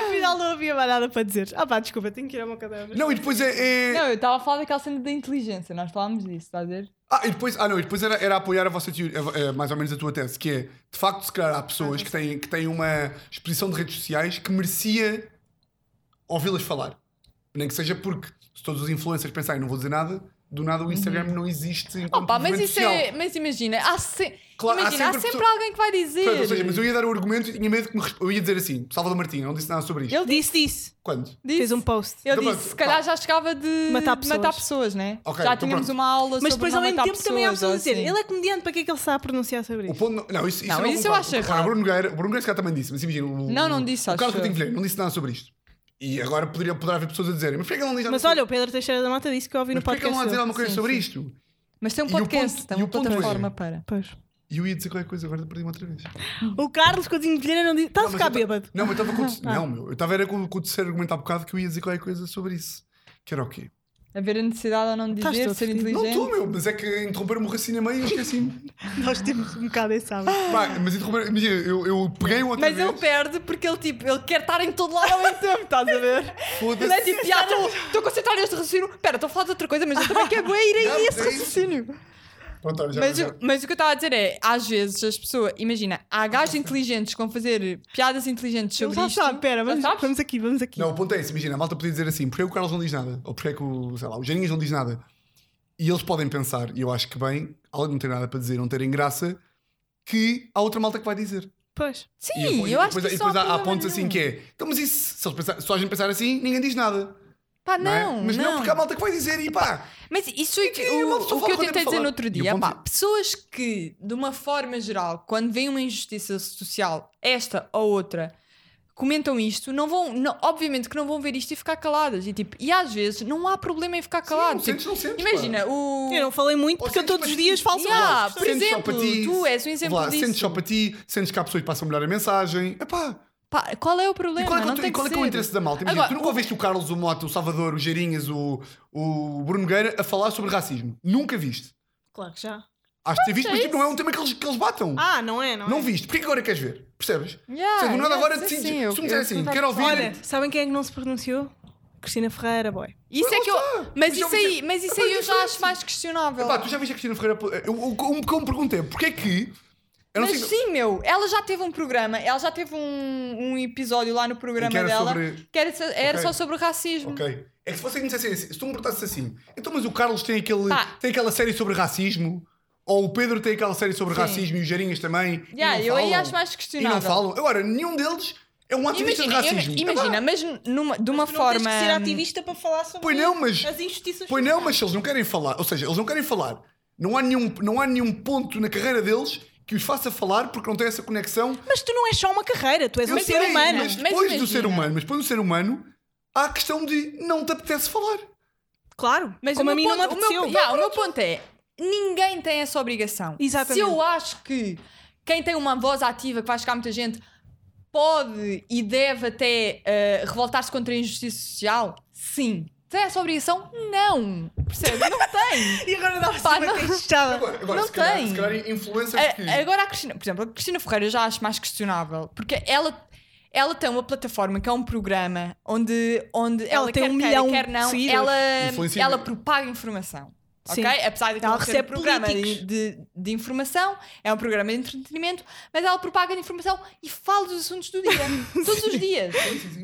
S2: Afinal, não havia mais nada para dizer. Ah, pá, desculpa, tenho que ir ao meu caderno.
S3: não, e depois é. é-
S4: Não, eu estava a falar daquela cena da inteligência, nós falámos disso, estás a ver?
S3: Ah, e depois, ah, não, e depois era, era apoiar a vossa teoria, a- a- mais ou menos a tua tese, que é, de facto, se calhar há
S4: Ah,
S3: pessoas que têm, que têm uma exposição de redes sociais que merecia ouvi-las falar. Nem que seja porque, se todos os influencers pensarem, não vou dizer nada, do nada o Instagram não existe enquanto
S4: Uhum. Opa, mas
S3: movimento
S4: isso
S3: social.
S4: é. Mas imagina, há, se-
S3: Claro, há
S4: imagina, há
S3: sempre
S4: sempre,
S3: pessoa-
S4: alguém que vai dizer.
S3: Portanto, ou seja, mas eu ia dar o argumento e tinha medo que me resp... Eu ia dizer assim, Salvador Martinho, não disse nada sobre isto.
S4: Ele
S2: Disse, disse.
S3: Quando?
S4: disse,
S2: Fez um post.
S4: Eu
S3: Então,
S4: disse,
S3: pronto,
S4: se calhar
S3: pá.
S4: já chegava de
S2: Matar pessoas.
S4: né?
S3: Ok,
S4: já
S3: então
S4: tínhamos
S3: pronto.
S4: uma aula
S2: Mas
S4: sobre
S2: depois,
S4: não
S2: ao mesmo
S4: matar
S2: tempo, também há pessoas a
S4: pessoas, ou
S2: dizer: ele
S4: assim.
S2: é comediante, para que é que ele sabe pronunciar sobre
S3: O
S2: isso?
S3: ponto não, não, isso, isso
S4: Não,
S3: eu
S4: isso eu
S3: concordo.
S4: acho
S3: Repara,
S4: errado.
S3: O Bruno Nogueira, o Bruno Nogueira se calhar também disse, mas imagina. O,
S4: Não, não disse,
S3: O Carlos
S4: acho
S3: Coutinho
S4: eu.
S3: Vilhena não disse nada sobre isto. E agora poderia, poderá haver pessoas a dizerem, mas porquê é que ele não diz nada
S2: Mas
S3: sobre
S2: olha, o Pedro Teixeira da Mata disse que eu ouvi
S3: Mas
S2: no
S3: porquê é que ele
S2: podcast.
S3: não há de dizer alguma coisa
S4: Sim,
S3: sobre
S4: sim.
S3: isto?
S4: Mas tem um
S3: E o ponto-
S4: podcast, tem
S3: e
S4: uma
S3: o ponto é
S4: plataforma
S3: hoje?
S4: para.
S2: Pois.
S3: E eu ia dizer qualquer coisa, agora perdi-me outra vez.
S2: O Carlos Coutinho de Vilhena não disse. Está a
S3: Não, mas
S2: ficar
S3: eu ta-
S2: bêbado.
S3: Não, mas eu estava com o
S4: Ah,
S3: te-
S4: tá.
S3: Não, meu, eu estava era com, com o terceiro argumento há bocado que eu ia dizer qualquer coisa sobre isso. Que era o quê?
S4: Haver a necessidade ou não de
S2: Estás
S4: dizer,
S2: todo
S4: ser
S2: fedido.
S3: Não
S4: inteligente.
S3: tu, meu, mas é que interromperam-me o raciocínio a meio e esqueci-me.
S2: Nós temos um bocado esse sábado.
S3: Pá, mas interromperam. Imagina, eu, eu peguei outra
S4: mas
S3: vez.
S4: ele perde porque ele, tipo, ele quer estar em todo lado ao mesmo tempo, estás a ver?
S3: Foda-se.
S4: Ele é tipo, já estou- estou concentrado neste raciocínio. Pera, estou a falar de outra coisa, mas eu também quero é ir
S3: Não,
S4: aí a esse
S3: é isso.
S4: raciocínio.
S3: Pronto, olha, já,
S4: Mas,
S3: já.
S4: o- mas o que eu estava a dizer é, às vezes as pessoas, imagina, há gajos inteligentes que vão fazer piadas inteligentes sobre
S2: Já
S4: isto.
S2: sabe, pera,
S4: Já
S2: vamos,
S4: sabes?
S2: vamos aqui, vamos aqui.
S3: Não, o ponto é esse. Imagina, a malta podia dizer assim: porquê que o Carlos não diz nada? Ou porquê que o, sei lá, o Janinhas não diz nada? E eles podem pensar, e eu acho que bem, além de não ter nada para dizer, não terem graça, que há outra malta que vai dizer.
S2: Pois.
S4: Sim,
S3: e
S4: eu,
S3: depois,
S4: acho
S3: depois,
S4: que
S3: e
S4: isso não
S3: depois há, há
S4: problema
S3: pontos assim
S4: nenhum.
S3: que é: então, mas isso, se, eles pensar, se a gente pensar assim, ninguém diz nada.
S4: Pá,
S3: Não, é?
S4: não,
S3: Mas não.
S4: não.
S3: porque há malta que vai dizer e pá.
S4: Mas isso é que,
S3: E que
S4: o,
S3: uma pessoa
S4: o
S3: fala
S4: que eu
S3: quando tem que
S4: tentei dizer
S3: falar.
S4: no outro
S3: E o
S4: dia,
S3: ponto
S4: pá,
S3: é-
S4: pessoas que, de uma forma geral, quando veem uma injustiça social, esta ou outra, comentam isto, não vão, não- obviamente que não vão ver isto e ficar caladas. E, tipo, e às vezes não há problema em ficar calado.
S3: não
S4: Tipo,
S3: sentes, não sentes,
S4: imagina, o.
S2: Eu não falei muito
S3: Ou
S2: porque eu
S3: sentes
S2: todos os
S3: para ti.
S2: dias falo sobre
S4: Yeah,
S2: isto.
S4: por
S3: Sentes só
S4: exemplo,
S3: para ti,
S4: tu és um exemplo
S3: Vá,
S4: disso.
S3: Sentes só para ti, sentes que há pessoas que passam melhor a mensagem. Epá,
S4: Pá, qual é o problema?
S3: E qual é que, é o
S4: não
S3: teu-
S4: tem
S3: qual é
S4: que
S3: que é o
S4: ser.
S3: interesse da malta? Imagina,
S4: Agora,
S3: tu nunca ouviste o Carlos, o Mota, o Salvador, o Geirinhas, o, o Bruno Nogueira a falar sobre racismo. Nunca viste.
S2: Claro que já.
S3: Acho que ter visto,
S4: é
S3: mas tipo, não é
S4: isso.
S3: um tema que eles, que eles batam.
S2: Ah, não é, não,
S3: não
S2: é?
S3: viste. Porquê que agora queres ver? Percebes?
S4: Yeah,
S3: Se do nada
S4: yeah,
S3: agora
S4: sim,
S3: decides.
S4: sim,
S3: se
S4: eu-
S3: tu me disser
S4: eu-
S3: assim,
S4: eu-
S3: quero ouvir.
S2: Olha, sabem quem é que não se pronunciou? Cristina Ferreira, boy.
S4: Isso é que eu. Mas isso aí, mas isso
S3: Epá,
S4: aí eu já
S3: diferente.
S4: acho mais questionável.
S3: Epá, tu já viste a Cristina Ferreira. Eu, eu, eu, eu me perguntei, porquê é que. Eu não
S4: Mas
S3: sei-
S4: sim, meu, ela já teve um programa, ela já teve um, um episódio lá no programa
S3: Em que era
S4: dela
S3: sobre-
S4: que era, so- era
S3: Ok.
S4: só sobre racismo.
S3: Ok. É que se você me dissesse assim, se tu me perguntasses assim, então mas o Carlos tem, aquele,
S4: Pá.
S3: tem aquela série sobre racismo, ou o Pedro tem aquela série sobre
S4: Sim.
S3: racismo e os Jarinhas também. e
S4: Yeah,
S3: não
S4: eu aí
S3: falam.
S4: acho mais
S3: E não
S4: questionável.
S3: falam. Agora, nenhum deles é um ativista
S4: Imagina,
S3: de
S4: eu-
S3: racismo.
S4: imagina,
S3: Ah,
S4: mas numa, de uma
S2: Tu não
S4: forma.
S2: tens que ser ativista para falar sobre
S3: Pois não, mas-
S2: as injustiças.
S3: pois não, mas se eles não querem falar, ou seja, eles não querem falar, não há nenhum, não há nenhum ponto na carreira deles que os faça falar porque não tem essa conexão.
S2: Mas tu não és só uma carreira, tu és
S3: Eu
S2: um ser
S3: sei,
S2: humano.
S3: Mas
S4: Mas
S3: depois do
S4: imagina.
S3: ser humano, mas depois do ser humano, há a questão de não te apetece falar.
S2: Claro,
S4: Mas
S2: como
S4: o
S2: a mim
S4: meu
S2: não me
S4: ponto, o
S2: apeteceu.
S4: meu, yeah, o meu ponto é: ninguém tem essa obrigação.
S2: Exatamente.
S4: Se eu acho que quem tem uma voz ativa que vai chegar a muita gente pode e deve até eh, revoltar-se contra a injustiça social, sim. Tem essa obrigação? Não. Percebe? Não tem.
S2: E agora dá-me
S4: Pá,
S2: uma
S4: não-
S2: queixada.
S3: Agora, agora
S4: Não
S3: se, calhar,
S4: tem. É,
S3: se calhar influencers que.
S4: A- Agora a Cristina, por exemplo, a Cristina Ferreira eu já acho mais questionável, porque ela, ela tem uma plataforma que é um programa onde, onde ela,
S2: tem
S4: quer,
S2: um
S4: queira,
S2: milhão
S4: quer
S2: de
S4: não,
S2: seguidores.
S4: ela,
S3: Influencia-
S4: ela propaga informação.
S2: Sim.
S4: ok? Apesar de que
S2: Ela
S4: ela recebe
S2: recebe
S4: um programa de,
S2: políticos.
S4: de, de informação, é um programa de entretenimento, mas ela propaga informação e fala dos assuntos do dia, todos os dias.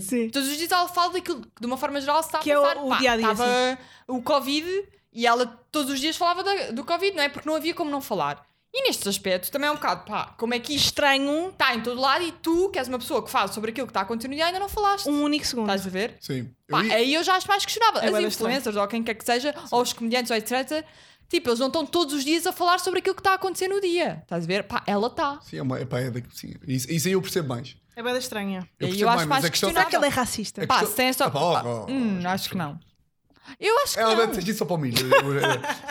S2: Sim.
S4: Todos os dias ela fala daquilo que, de uma forma geral se está
S2: Que é
S4: a
S2: o-
S4: passar.
S2: o
S4: Pá,
S2: dia-a-dia,
S4: estava o Covid e ela todos os dias falava da- do Covid, não é? Porque não havia como não falar. E neste aspecto também é um bocado, pá, como é que isto
S2: Estranho
S4: está em todo lado e tu, que és uma pessoa que fala sobre aquilo que está a continuar e ainda não falaste.
S2: um único segundo.
S4: Estás a ver?
S3: Sim. Eu
S4: Pá, é-
S3: ia-
S4: aí eu já acho mais questionável.
S2: É
S4: As
S2: bué da
S4: influencers, ou quem quer que seja, ou os comediantes, ou etc. Tipo, eles não estão todos os dias a falar sobre aquilo que está a acontecer no dia. Estás a ver? Pá, ela tá. está.
S3: Sim, é uma, epá, é da- sim. Isso, isso aí eu percebo mais.
S2: É bem estranha.
S3: Eu
S4: E eu
S3: percebo
S4: acho
S3: mais, mas
S4: mais
S3: a questão.
S2: Será
S4: questionável.
S2: que ela é racista?
S3: É
S4: Pá,
S3: questão-
S4: se tem esta.
S3: Ah, pá, ó,
S4: pá,
S3: ó, ó,
S4: hum, acho que não. Eu acho que
S3: Ela
S4: não.
S3: deve ter dito É, só para o milho.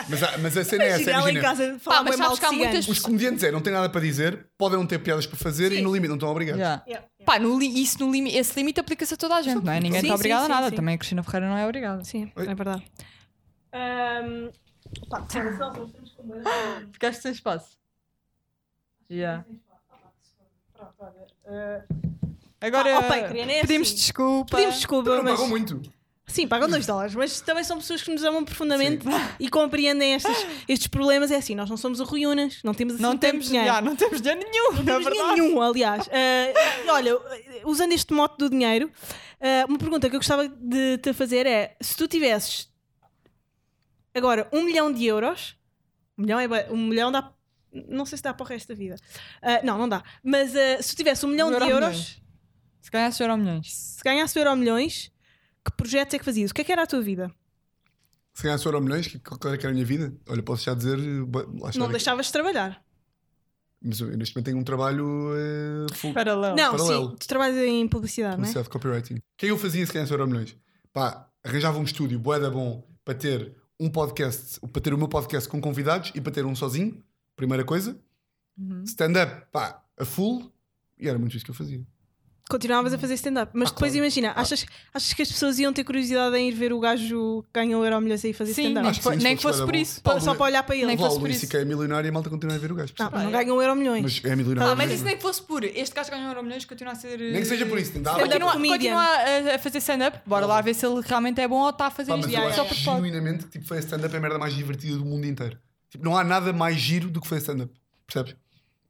S3: mas, a, mas a cena é essa.
S2: Imagina ela em
S3: imagina.
S2: casa
S4: Pá,
S2: falar
S4: mas
S2: bem mal
S4: sabes
S2: de
S4: que há muitas
S2: ciganos.
S3: Os comediantes é, não têm nada para dizer, podem não ter piadas para fazer e no limite não estão obrigados.
S4: Yeah.
S2: Yeah.
S4: Pá, no li- isso no limi- esse limite aplica-se a toda a gente, não é? Ninguém
S2: Sim,
S4: está
S2: sim,
S4: obrigado a
S2: sim,
S4: nada.
S2: sim.
S4: Também a Cristina Ferreira não é obrigada.
S2: Sim,
S3: Oi?
S2: é verdade. Ahm, pá, desculpa, nós temos que comer.
S4: Ficaste sem espaço. Já.
S2: Pronto, olha. eh,
S4: Agora
S2: Pá, ó, pai, queria, né?
S4: pedimos
S2: Assim,
S4: desculpa.
S2: pedimos desculpa,
S3: Então Não
S2: mas.
S3: pagam muito.
S2: Sim, pagam 2 dólares, mas também são pessoas que nos amam profundamente e compreendem estes, estes problemas. É assim, nós não somos arruínas, não temos assim
S4: não
S2: tanto
S4: temos
S2: dinheiro.
S4: já, não temos dinheiro nenhum.
S2: Não
S4: na
S2: temos
S4: É verdade.
S2: nenhum, aliás. Ah, e olha, usando este mote do dinheiro, ah, uma pergunta que eu gostava de te fazer é: se tu tivesses agora um milhão de euros, um milhão, é, bué- um milhão dá. Não sei se dá para o resto da vida. Ah, não, não dá. Mas ah, se tu tivesse um milhão
S4: Um
S2: de
S4: euro
S2: euros,
S4: milhões. Se calhar se eram milhões.
S2: se ganhasse o euro milhões, que projetos é que fazias? O que é que era a tua vida?
S3: Se ganhasse euro milhões, que qual era que era a minha vida? Olha, posso já dizer. eh, ba- lá está
S2: Não
S3: aqui.
S2: deixavas de trabalhar.
S3: Mas eu, neste momento tenho um trabalho eh, full
S4: Paralelo.
S2: Não,
S3: paralelo.
S2: sim, tu trabalhas em publicidade,
S4: né?
S2: não é?
S3: publicidade, copywriting. O que é que eu fazia se ganhasse euro milhões? Pá, arranjava um estúdio boeda bom para ter um podcast, para ter o meu podcast com convidados e para ter um sozinho, primeira coisa.
S4: Uhum.
S3: Stand-up, pá, a full. E era muito isso que eu fazia.
S2: Continuavas a fazer stand-up. Mas
S3: Ah,
S2: depois
S3: claro.
S2: imagina, achas, achas que as pessoas iam ter curiosidade em ir ver o gajo que ganhou o Euro Milhões aí fazer
S4: Sim,
S2: stand-up?
S4: mas
S3: Acho que sim,
S4: nem que
S3: se
S4: fosse
S3: fosse
S4: por
S3: bom.
S4: isso.
S2: Pá,
S3: Paulo-
S2: Só para olhar para ele.
S4: Nem que
S3: Lá
S4: fosse
S3: o
S4: por
S3: Luís
S4: isso.
S3: C.K. é milionário e a malta continua a ver o gajo.
S2: Não,
S3: percebes?
S2: não ganham o Euro Milhões.
S3: Mas é milionário.
S4: Ah, mas
S3: mesmo.
S4: isso nem que fosse por. Este gajo ganhou euro milhões continua a ser. eh,
S3: Nem que seja por isso, stand-up.
S2: Stand-up
S4: Continua,
S2: comedian.
S4: continua a, a fazer stand-up. Bora lá ver se ele realmente é bom ou está a fazer
S3: Pá,
S4: isto
S3: mas
S2: Yeah,
S3: eu
S2: yeah,
S4: só
S3: acho
S4: por pode.
S3: genuinamente que tipo, foi stand-up é a merda mais divertida do mundo inteiro. Tipo, não há nada mais giro do que foi stand-up. Percebes?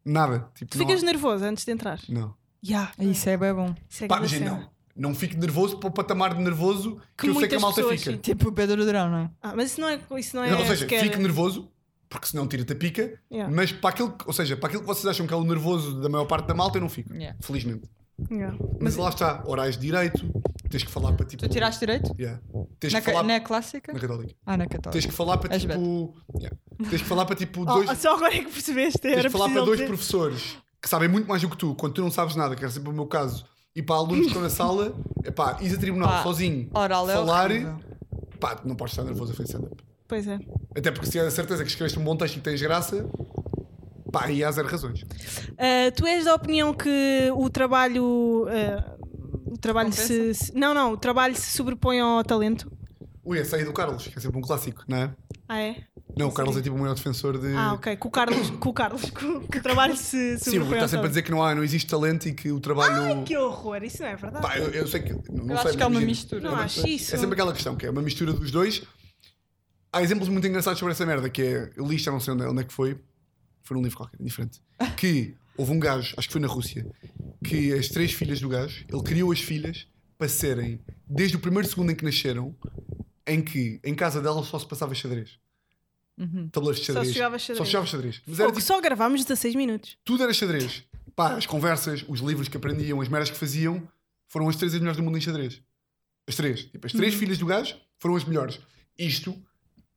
S3: Nada. Tipo,
S2: Tu
S3: não
S2: ficas
S3: há-
S2: nervoso antes de entrar.
S3: Não.
S2: Ya.
S4: Isso é bem bom.
S2: Isso é
S3: Pá,
S2: grande
S3: imagina,
S2: cena.
S3: não. Não fico nervoso para o patamar de nervoso que, eu sei que a
S2: muitas
S3: malta
S2: pessoas
S3: fica.
S4: Tipo o Pedro Durão, não é?
S2: Ah, mas isso não é. Isso não é
S3: ou seja,
S2: sequer-
S3: fico nervoso, porque senão tira-te a pica,
S2: Yeah.
S3: mas para aquilo, que- ou seja, para aquilo que vocês acham que é o nervoso da maior parte da malta, eu não fico.
S4: Yeah.
S3: Felizmente.
S2: Ya.
S3: Mas, lá está, horais de direito, tens que falar para tipo.
S4: Tu tiraste direito?
S3: Yeah. Tens
S4: Na,
S3: que
S4: ca-
S3: falar
S4: na clássica?
S3: na católica.
S4: Ah, na católica.
S3: Tens que falar para
S4: És
S3: tipo. yeah. Tens que falar para tipo
S2: Oh,
S3: dois.
S2: só agora é que percebeste.
S3: Tens
S2: era
S3: de falar para
S2: possível
S3: dois
S2: dizer.
S3: professores que sabem muito mais do que tu, quando tu não sabes nada, que era sempre o meu caso, e para alunos que estão na sala, epá, ires a tribunal
S4: Pá,
S3: sozinho,
S4: Oral é
S3: falar,
S4: horrível.
S3: pá, tu não podes estar nervoso a fazer stand-up.
S2: Pois é.
S3: Até porque se tiver a certeza que escreveste um bom texto e tens graça, pá, aí há zero razões.
S2: Ah, tu és da opinião que o trabalho. ah, o trabalho se, se- Não, não, o trabalho se sobrepõe ao talento.
S3: Ui, essa aí do Carlos, que é sempre um clássico, não é?
S2: Ah, é?
S3: Não, o Carlos é tipo o maior defensor de.
S2: Ah, ok. Com o Carlos, com o Carlos, com, que o trabalho se
S3: Sim,
S2: sobrepõe. ao
S3: está sempre a
S2: talento.
S3: dizer que não, há, não existe talento e que o trabalho.
S2: Que horror, isso não é verdade.
S3: Pá, eu, eu sei que. Não
S4: Eu
S3: sei,
S4: acho
S3: mas
S4: que é uma
S3: imagina.
S4: mistura.
S2: Não acho isso.
S3: É sempre aquela questão, que é uma mistura dos dois. Há exemplos muito engraçados sobre essa merda, que é, eu li isto, já não sei onde, onde é que foi, foi num livro qualquer, diferente, que houve um gajo, acho que foi na Rússia, que as três filhas do gajo, ele criou as filhas para serem, desde o primeiro segundo em que nasceram, em que em casa delas só se passava xadrez.
S4: Uhum.
S3: Tabuleiros de
S2: Só se
S3: xadrez.
S2: jogava xadrez.
S3: Só se jogava xadrez. Mas
S2: Fogo,
S3: era tipo,
S2: Só gravámos 16 minutos.
S3: tudo era xadrez. Pá, as conversas, os livros que aprendiam, as meras que faziam, foram as três as melhores do mundo em xadrez. As três. Tipo, as
S4: Uhum.
S3: três filhas do gajo foram as melhores. Isto,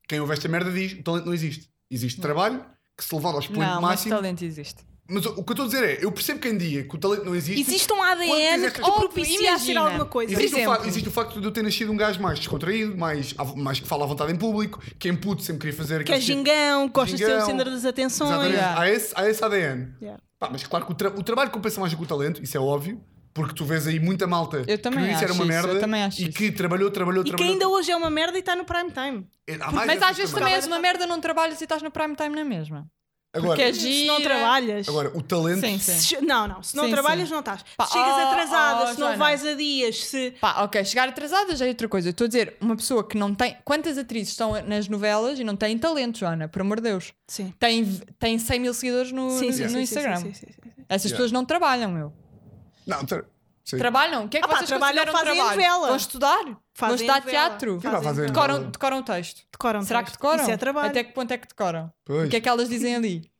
S3: quem ouve esta merda diz, o talento não existe. Existe trabalho que se levar ao expoente
S4: Não, mas
S3: máximo.
S4: talento existe.
S3: Mas, o, o que eu estou a dizer é, eu percebo quem diga que o talento não existe.
S2: Existe um ADN
S3: Quantas
S2: que
S3: é que-
S2: propicia a ser
S4: Imagina.
S2: alguma coisa.
S3: Existe, um
S4: Por
S3: o
S4: exemplo.
S3: facto, existe o facto de eu ter nascido um gajo mais descontraído, mais, à vo- mais que fala à vontade em público, que é puto sempre queria fazer
S2: Que é
S3: aqueles-
S2: gingão, que gosta de ser o
S3: Gingão.
S2: centro das
S3: Exatamente.
S2: atenções.
S4: Yeah.
S3: Há, esse, há esse ADN.
S2: Yeah.
S3: Pá, mas claro que o, tra- o trabalho compensa mais do que o talento, isso é óbvio, porque tu vês aí muita malta
S4: Eu também
S3: que isso era
S4: acho
S3: uma
S4: isso,
S3: merda
S4: eu também acho
S3: e
S4: isso.
S3: que trabalhou, trabalhou,
S2: E que
S3: trabalhou. É,
S2: ainda hoje é uma merda e está no prime time.
S3: Há mais
S4: Mas
S3: dessas
S4: às vezes também
S2: também.
S4: és uma merda, não trabalhas e estás no prime time na mesma.
S3: Agora,
S4: porque é
S2: Se não
S4: Gira.
S2: trabalhas.
S3: agora, o talento.
S4: Sim,
S2: se
S4: sim.
S2: che- não, não. Se não
S4: Sim,
S2: trabalhas,
S4: sim.
S2: não estás.
S4: Pá,
S2: se chegas
S4: oh,
S2: atrasada,
S4: oh,
S2: se não
S4: Joana.
S2: vais a dias, se.
S4: Pá, ok, chegar atrasada já é outra coisa. Eu Estou a dizer, uma pessoa que não tem. Quantas atrizes estão nas novelas e não têm talento, Joana? Por amor de Deus.
S2: Sim.
S4: Tem, tem 100 mil seguidores no, no- no Instagram.
S2: sim, sim, sim, sim.
S4: Essas
S3: Yeah.
S4: pessoas não trabalham, meu.
S3: Não, tra... sim.
S4: Trabalham? O que é que
S2: Ah pá,
S4: vocês
S2: trabalham,
S4: consideram
S2: fazem
S4: trabalho?
S2: novela.
S4: Vão estudar?
S2: Fazem
S4: Vão estudar
S2: novela,
S4: teatro?
S3: Sim, vá fazer
S4: Decoram,
S3: novela.
S4: decoram o texto?
S2: Decoram
S4: Será que
S2: texto.
S4: decoram?
S2: Isso é trabalho.
S4: Até que ponto é que decoram?
S3: Pois.
S4: O que é que elas dizem ali?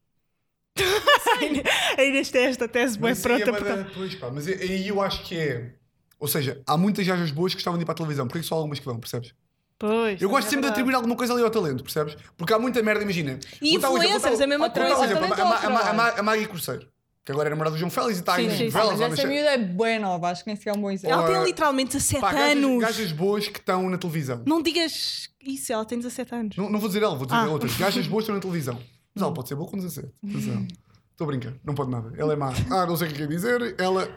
S2: Aí neste é esta tese bem
S3: Mas isso aí
S2: pronta.
S3: é
S2: porque- tá-
S3: bué da- pois, pá, mas aí eu acho que é. Ou seja, há muitas gajas boas que estavam de ir para a televisão, porque só há algumas que vão, percebes?
S2: Pois.
S3: Eu gosto
S2: é
S3: sempre de
S2: verdade.
S3: atribuir alguma coisa ali ao talento, percebes? Porque há muita merda, imagina.
S2: E
S3: Vou dar um exemplo,
S2: influencers,
S3: vou dar um-
S2: a mesma
S3: vou dar um
S2: coisa.
S3: exemplo,
S4: Talento
S3: a Ma-
S4: ao
S3: a
S2: é?
S3: Ma- a Ma-
S4: trabalho.
S3: a Maggie Cruzeiro, que agora é namorada do João Félix e está aí
S4: Sim, sim,
S3: em
S4: sim.
S3: novelas
S4: Mas
S3: ou nas
S4: essa
S3: séries.
S4: miúda é bem nova, acho que nem sequer é um bom exemplo.
S2: Ela tem
S3: Ora,
S2: literalmente 17
S3: Pá, gajas,
S2: anos.
S3: gajas boas que estão na televisão.
S2: Não digas isso, ela tem 17 anos.
S3: Não, não vou dizer ela, vou dizer
S2: Ah. Hum.
S3: outras. Gajas boas estão na televisão. Mas ela pode ser boa com 17. Atenção. Estou a brincar. Não pode nada. Ela é má. Ah, não sei o que quer dizer. Ela.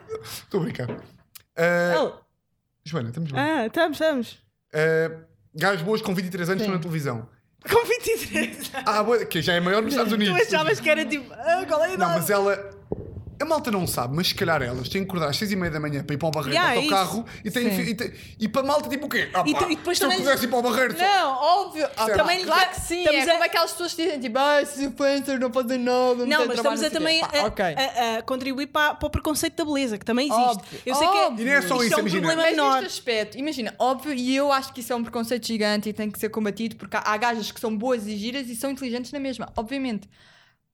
S3: Estou a brincar. Ah,
S2: Ela-
S3: Joana, estamos bem.
S2: Oh. Ah, estamos, estamos.
S3: Ah, gajas boas com 23 anos estão na televisão.
S2: Com 23 anos.
S3: Ah, boa, que já é maior nos Estados
S2: Tu
S3: Unidos.
S2: achavas que era tipo, ah, qual é a
S3: Não,
S2: idade?
S3: mas ela. A malta não sabe, mas se calhar elas têm que acordar às 6 e meia da manhã para ir para o barreiro
S2: Yeah,
S3: para o carro e, têm,
S4: é Sim.
S3: e, têm- e para a malta tipo o quê? Ah,
S2: E
S3: pá,
S2: tu- e depois
S3: se eu
S2: também-
S3: pudesse ir para o barreiro só-
S4: Não, óbvio. Ah,
S3: Certo.
S4: também
S2: Claro
S4: claro
S2: que
S4: que
S2: sim,
S4: Estamos
S2: é-
S4: a... como aquelas pessoas que dizem tipo, ah, esses influencers não fazem nada, não,
S2: Não,
S4: têm
S2: mas
S4: trabalho,
S2: estamos
S4: não
S2: a
S4: sei o quê."
S2: também
S4: Pá,
S2: a, um
S4: ok.
S2: a- a contribuir para, para o preconceito da beleza, que também existe.
S4: Óbvio,
S2: Eu sei que
S4: óbvio.
S3: E nem é só
S2: isto
S3: isso,
S2: é um
S3: imagina.
S2: problema
S4: Mas
S2: menor.
S4: neste aspecto, imagina, óbvio, e eu acho que isso é um preconceito gigante e tem que ser combatido, porque há, há gajas que são boas e giras e são inteligentes na mesma, obviamente.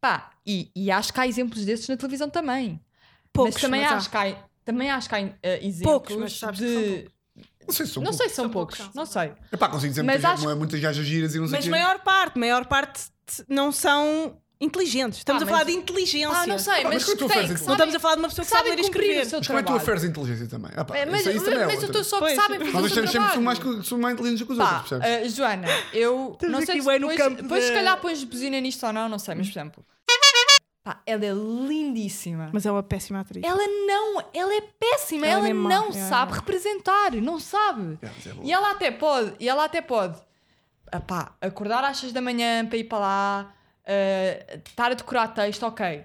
S4: Pá, e, e acho que há exemplos desses na televisão também.
S2: Poucos,
S4: mas também
S2: há.
S4: acho que há, também acho que há eh, exemplos
S2: Poucos, mas sabes que são
S4: de...
S3: Não sei se são
S4: não sei se são,
S2: São poucos,
S4: poucos,
S2: são,
S4: não
S2: são
S4: sei.
S3: Epá, consigo dizer
S4: Mas
S3: muitas, é
S4: acho-
S3: muitas, gajas giras e não sei o
S2: Mas
S3: quê.
S2: maior parte, maior parte t- não são inteligentes. Estamos
S4: Ah,
S2: a falar
S4: mas-
S2: de inteligência.
S4: Ah, não sei,
S3: Pá, mas
S4: mas,
S3: que eu
S4: que
S3: estou a
S4: tem,
S3: fazer
S4: que
S3: com-
S2: Não
S4: sabem-
S2: estamos a falar de uma pessoa que sabe ler e
S4: sabem cumprir
S2: escrever.
S4: o seu
S3: Mas como é que tu
S4: trabalho.
S3: aferes a inteligência também? Epá,
S4: É, Mas,
S3: isso, isso
S4: mas,
S3: também é
S4: mas eu
S3: outra.
S4: estou só
S2: Pois.
S4: que sabem fazer
S3: Nós
S4: o seu
S3: achamos sempre
S4: trabalho.
S3: somos mais, que- somos mais inteligentes do que os
S4: Pá,
S3: outros, percebes?
S4: eh, Joana, eu
S2: Estamos
S4: não sei
S2: aqui
S4: se
S2: bem no
S4: depois,
S2: campo
S4: depois se
S2: da-
S4: calhar pões buzina nisto ou não, não sei, mas por exemplo, pá, ela é lindíssima.
S2: Mas é uma péssima atriz.
S4: Ela não, ela é péssima,
S2: Ela
S4: ela,
S2: é má,
S4: não
S2: é,
S4: sabe
S2: é.
S4: representar, não sabe.
S3: Yeah, mas é boa.
S4: E ela até pode, e ela até pode, epá, acordar às 6 da manhã para ir para lá, eh, estar a decorar texto, ok.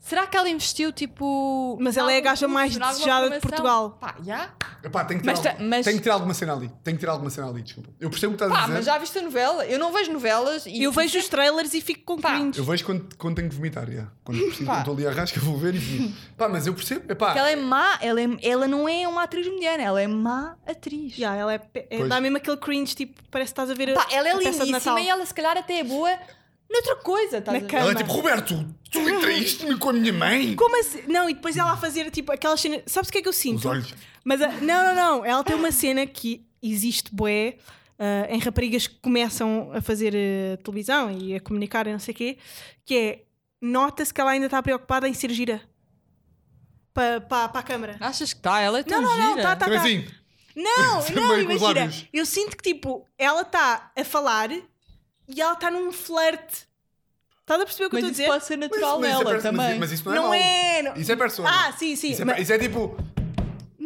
S4: Será que ela investiu tipo.
S2: Mas ela é a
S4: algum
S2: gaja mais
S4: curso, em alguma
S2: desejada de
S4: formação?
S2: Portugal.
S4: Pá, já?
S3: Epá, tem que ter
S4: Mas
S3: algo-
S4: tá- mas-
S3: tem que ter alguma cena ali. Tem que ter alguma cena ali, desculpa. Eu percebo o que estás a
S4: Pá,
S3: dizer.
S4: mas já viste a novela? Eu não vejo novelas e. tipo,
S2: Eu vejo os trailers e fico com
S4: Pá.
S2: cringe.
S3: Eu vejo quando, quando tenho que vomitar, yeah. quando preciso,
S4: Pá.
S3: quando estou ali à rasca, vou ver e vomito. Pá, mas eu percebo. Epá,
S4: Porque ela é má, ela, é, ela não é uma atriz mediana, ela é má atriz.
S2: Já, ela é, pe- é-
S3: Pois.
S2: dá mesmo aquele cringe, tipo, parece que estás a ver a-
S4: Pá, ela é
S2: a peça de Natal.
S4: lindíssima e ela se calhar até é boa noutra coisa, estás
S2: Na
S4: a ver?
S2: cama.
S3: Ela é tipo, Roberto, tu traíste-me com a minha mãe.
S2: Como assim? Não, e depois ela a fazer tipo aquelas cenas. Sabes o que é que eu sinto?
S3: Os olhos.
S2: Mas a- não, não, não. Ela tem uma cena que existe bué ah, em raparigas que começam a fazer eh, televisão e a comunicar e não sei o quê, que é nota-se que ela ainda está preocupada em ser gira para pa, pa a câmara.
S4: Achas que está? Ela é
S2: Não, não, não, tá, tá,
S3: Também
S2: tá.
S3: assim,
S2: Não,
S3: Também
S2: não,
S3: com os
S2: imagina.
S3: lábios.
S2: Eu sinto que, tipo, ela está a falar e ela está num flerte. Estás a perceber o que
S4: Mas
S2: eu
S4: isso
S2: estou a dizer?
S4: pode ser natural
S3: mas isso é
S4: nela
S3: perso- mas-
S4: também.
S3: mas isso não é
S2: Não
S3: mau.
S2: é, não-
S3: Isso é persona.
S2: Ah, sim, sim.
S3: Isso é,
S2: mas-
S3: isso é tipo.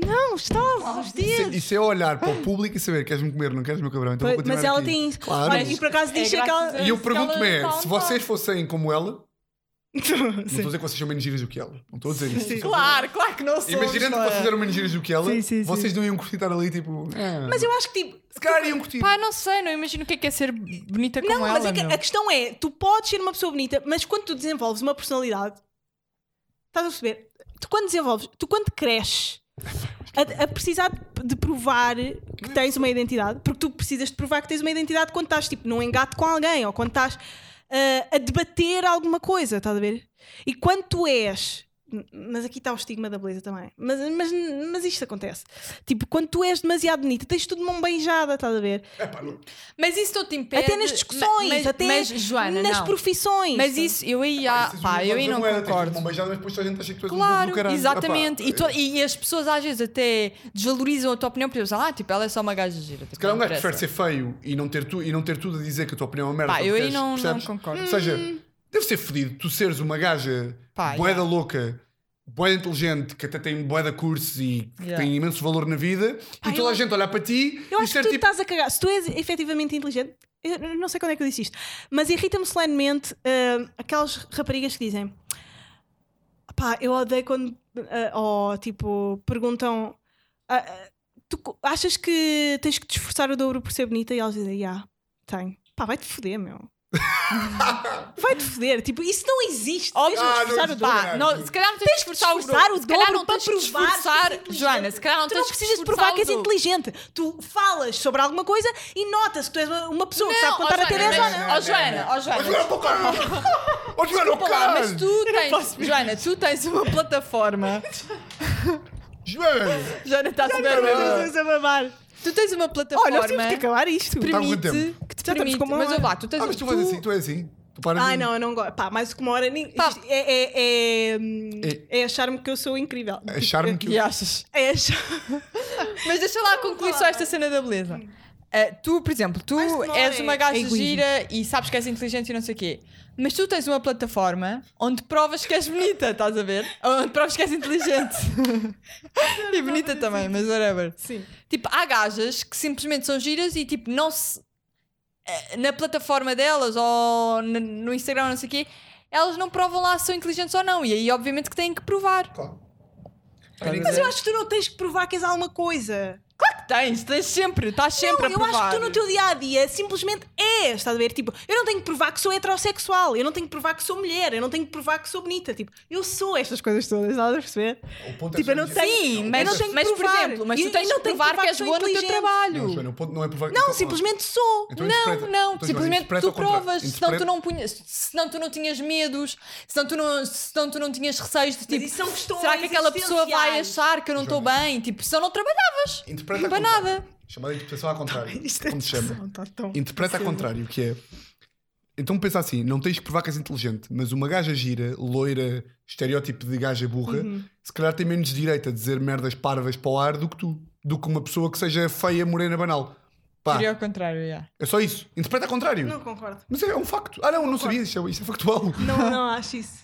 S2: Não, estava, os
S3: Isso,
S2: dedos.
S3: isso é olhar para o público e saber: queres-me comer, não queres meu cabrão? Então vou
S2: Pois, mas
S3: continuar
S2: ela
S3: aqui.
S2: tem.
S3: Claro.
S2: Olha, e por acaso
S4: É
S2: diz que
S4: graças
S2: aquela.
S4: a-
S3: E eu
S4: se
S3: pergunto-me:
S4: ela
S3: é,
S4: está
S3: se
S4: um
S3: vocês
S4: bocado.
S3: fossem como ela,
S2: Sim.
S3: não estou a dizer que vocês são menos giras do que ela. Não estou a dizer isso. Só-
S4: Claro, claro que não sou.
S3: Imaginando que vocês eram menos giras do que ela,
S2: Sim, sim, sim.
S3: vocês não iam curtir estar ali tipo. "Ah,
S2: Mas eu acho que tipo.
S3: Se calhar iam curtir.
S4: Pá, não sei, não imagino o que é que é ser bonita como
S2: Não,
S4: ela.
S2: mas é que
S4: meu.
S2: a questão é: tu podes ser uma pessoa bonita, mas quando tu desenvolves uma personalidade. Estás a perceber? Tu quando desenvolves. Tu quando cresces. A, a precisar de, de provar que tens uma identidade, porque tu precisas de provar que tens uma identidade quando estás tipo num engate com alguém ou quando estás ah, a debater alguma coisa, estás a ver? E quando tu és, mas aqui está o estigma da beleza também, mas, mas, mas isto acontece. Tipo, quando tu és demasiado bonita, tens tudo de mão beijada, estás a ver?
S4: Mas isso não te impede.
S2: até nas discussões,
S4: mas,
S2: até
S4: mas, Joana,
S2: nas
S4: não.
S2: profissões.
S4: Mas isso, eu aí,
S3: Ah,
S4: há-
S3: isso é
S4: pá,
S3: uma
S4: eu aí
S3: coisa
S4: não
S3: moeda, tens de
S4: concordo.
S3: uma beijada, mas depois toda a gente acha que tu és um burro do
S4: Claro,
S3: caralho.
S4: exatamente.
S3: Ah, pá,
S4: e, to- e- e as pessoas às vezes até desvalorizam a tua opinião porque pensam, ah, tipo, ela é só uma gaja gira. Tipo,
S3: Se calhar um
S4: não
S3: gajo prefere
S4: interessa.
S3: ser feio e não, ter tu, e não ter tudo a dizer que a tua opinião é uma merda.
S4: Pá,
S3: só
S4: eu aí
S3: queres,
S4: não- não
S3: percebes?
S4: concordo.
S3: Ou seja, deve ser fodido tu seres uma gaja
S4: Pá,
S3: boeda
S4: yeah.
S3: louca, boeda inteligente, que até tem boeda cursos e que
S4: Yeah.
S3: tem imenso valor na vida e toda
S2: eu-
S3: a gente olhar para ti
S2: Eu
S3: e
S2: acho que
S3: ser
S2: tu
S3: tipo.
S2: estás a cagar. Se tu és efetivamente inteligente, eu não sei quando é que eu disse isto, mas irrita-me solenemente ah, aquelas raparigas que dizem pá, eu odeio quando. ah, ou tipo, perguntam "Ah, ah, tu co- achas que tens que te esforçar o dobro por ser bonita? E elas dizem, já, tenho. Pá, vai-te foder, meu. vai-te foder. Tipo, isso não existe.
S4: Óbvio.
S2: Tens de
S3: Ah,
S2: esforçar
S3: não
S2: o
S3: existe.
S2: dobro.
S4: Pá, não, se calhar não tens de esforçar o
S2: esforçar o
S4: dobro. Se calhar
S2: dobro
S4: não
S2: para
S4: tens de
S2: provar que és
S4: esforçar.
S2: inteligente.
S4: Joana, se calhar não
S2: Tu
S4: tens
S2: não precisas de provar que és
S4: esforçar o dobro.
S2: inteligente. Tu falas sobre alguma coisa e notas que tu és uma- uma pessoa que sabe
S4: Não, ó,
S2: contar até
S4: Joana,
S2: 10 ou
S4: mas-
S2: não.
S4: Ó Joana, ó
S3: Ó,
S4: Joana.
S3: Joana, para o caralho! Ó, Joana, ao
S4: desculpa lá,
S3: caralho!
S4: mas tu tens, Joana, tu tens uma plataforma.
S3: Joana!
S4: Joana está super
S2: Meu Deus, a babar.
S4: Tu tens uma
S2: Olha,
S4: plataforma.
S2: nós temos é que acabar isto.
S3: Tá há muito
S4: permite
S3: tempo.
S4: que te
S2: Já estamos
S4: permite,
S2: com uma
S4: mas
S2: hora.
S4: olá, tu tens
S3: Ah, mas tu és assim, tu és assim. Tu paras
S2: Ai
S3: de-
S2: não, eu não gosto. Pá, mais que uma hora. Nem...
S4: Pá.
S2: isto É, é, é, hum, é achar-me que eu sou incrível.
S3: Achar-me é que.
S4: E achas?
S2: É achar.
S4: Mas deixa lá concluir só esta cena da beleza. Ah, tu, por exemplo, tu
S2: Acho que não
S4: és
S2: é-
S4: uma
S2: é
S4: gaja
S2: egoísmo.
S4: gira e sabes que és inteligente e não sei o quê. Mas tu tens uma plataforma onde provas que és bonita, estás a ver? Onde provas que és inteligente. e bonita também, mas whatever.
S2: Sim.
S4: Tipo, há gajas que simplesmente são giras e tipo, não se. eh, Na plataforma delas ou na- no Instagram, não sei o quê,
S1: elas não provam lá se são inteligentes ou não. E aí, obviamente, que têm que provar.
S3: Claro.
S4: Estás a
S2: Mas
S4: ver?
S2: eu acho que tu não tens que provar que és alguma coisa.
S4: Claro que tens, tens sempre, estás sempre
S2: não,
S4: a
S2: eu
S4: provar.
S2: acho que tu no teu dia a dia simplesmente és, estás a ver? Tipo, eu não tenho que provar que sou heterossexual, eu não tenho que provar que sou mulher, eu não tenho que provar que sou bonita. Tipo, eu sou estas coisas todas, estás a perceber?
S3: O ponto é
S2: Tipo,
S3: só
S2: eu não
S3: dizer-
S2: tenho-
S1: Sim,
S3: não,
S1: mas,
S3: não,
S2: tenho que
S1: mas por
S2: provar.
S1: exemplo, mas
S2: E-
S1: tu
S2: e
S1: tens
S2: não
S1: de
S2: tenho que
S1: provar
S2: provar
S1: que és
S2: que sou
S1: boa no teu
S2: inteligente.
S1: trabalho.
S3: Não, Joana, o ponto não é provar.
S2: Não,
S3: então,
S2: simplesmente sou.
S3: Então
S1: não,
S3: interpreta.
S1: não,
S3: Então,
S1: simplesmente
S3: interpreta
S1: tu
S3: ao contrário.
S1: provas, senão
S3: Interpreta-
S1: tu, não punhas, senão tu não tinhas medos, senão tu não, senão tu não tinhas receios de
S2: Mas
S1: tipo,
S2: isso é um são questões
S1: será que aquela pessoa vai
S2: existenciais.
S1: achar que eu não estou
S3: Joana.
S1: bem? Tipo, senão não trabalhavas.
S3: Interpreta ao
S1: Para
S3: contrário.
S1: nada.
S3: Chamada interpretação ao contrário.
S2: Isto é
S3: Como se chama?
S2: discussão,
S1: Então,
S2: tá tão-
S3: Interpreta ao
S2: Sim.
S3: contrário, que é. Então pensa assim, não tens que provar que és inteligente, mas uma gaja gira, loira, estereótipo de gaja burra,
S2: Uhum.
S3: se calhar tem menos direito a dizer merdas parvas para o ar do que tu, do que uma pessoa que seja feia, morena, banal.
S1: Ah.
S3: Pá,
S4: Seria ao contrário, yeah.
S3: é só isso. Interpreta ao contrário.
S2: Não concordo.
S3: Mas é, é um facto. Ah, não, não sabia, isto é, isto é factual.
S2: Não, não acho isso.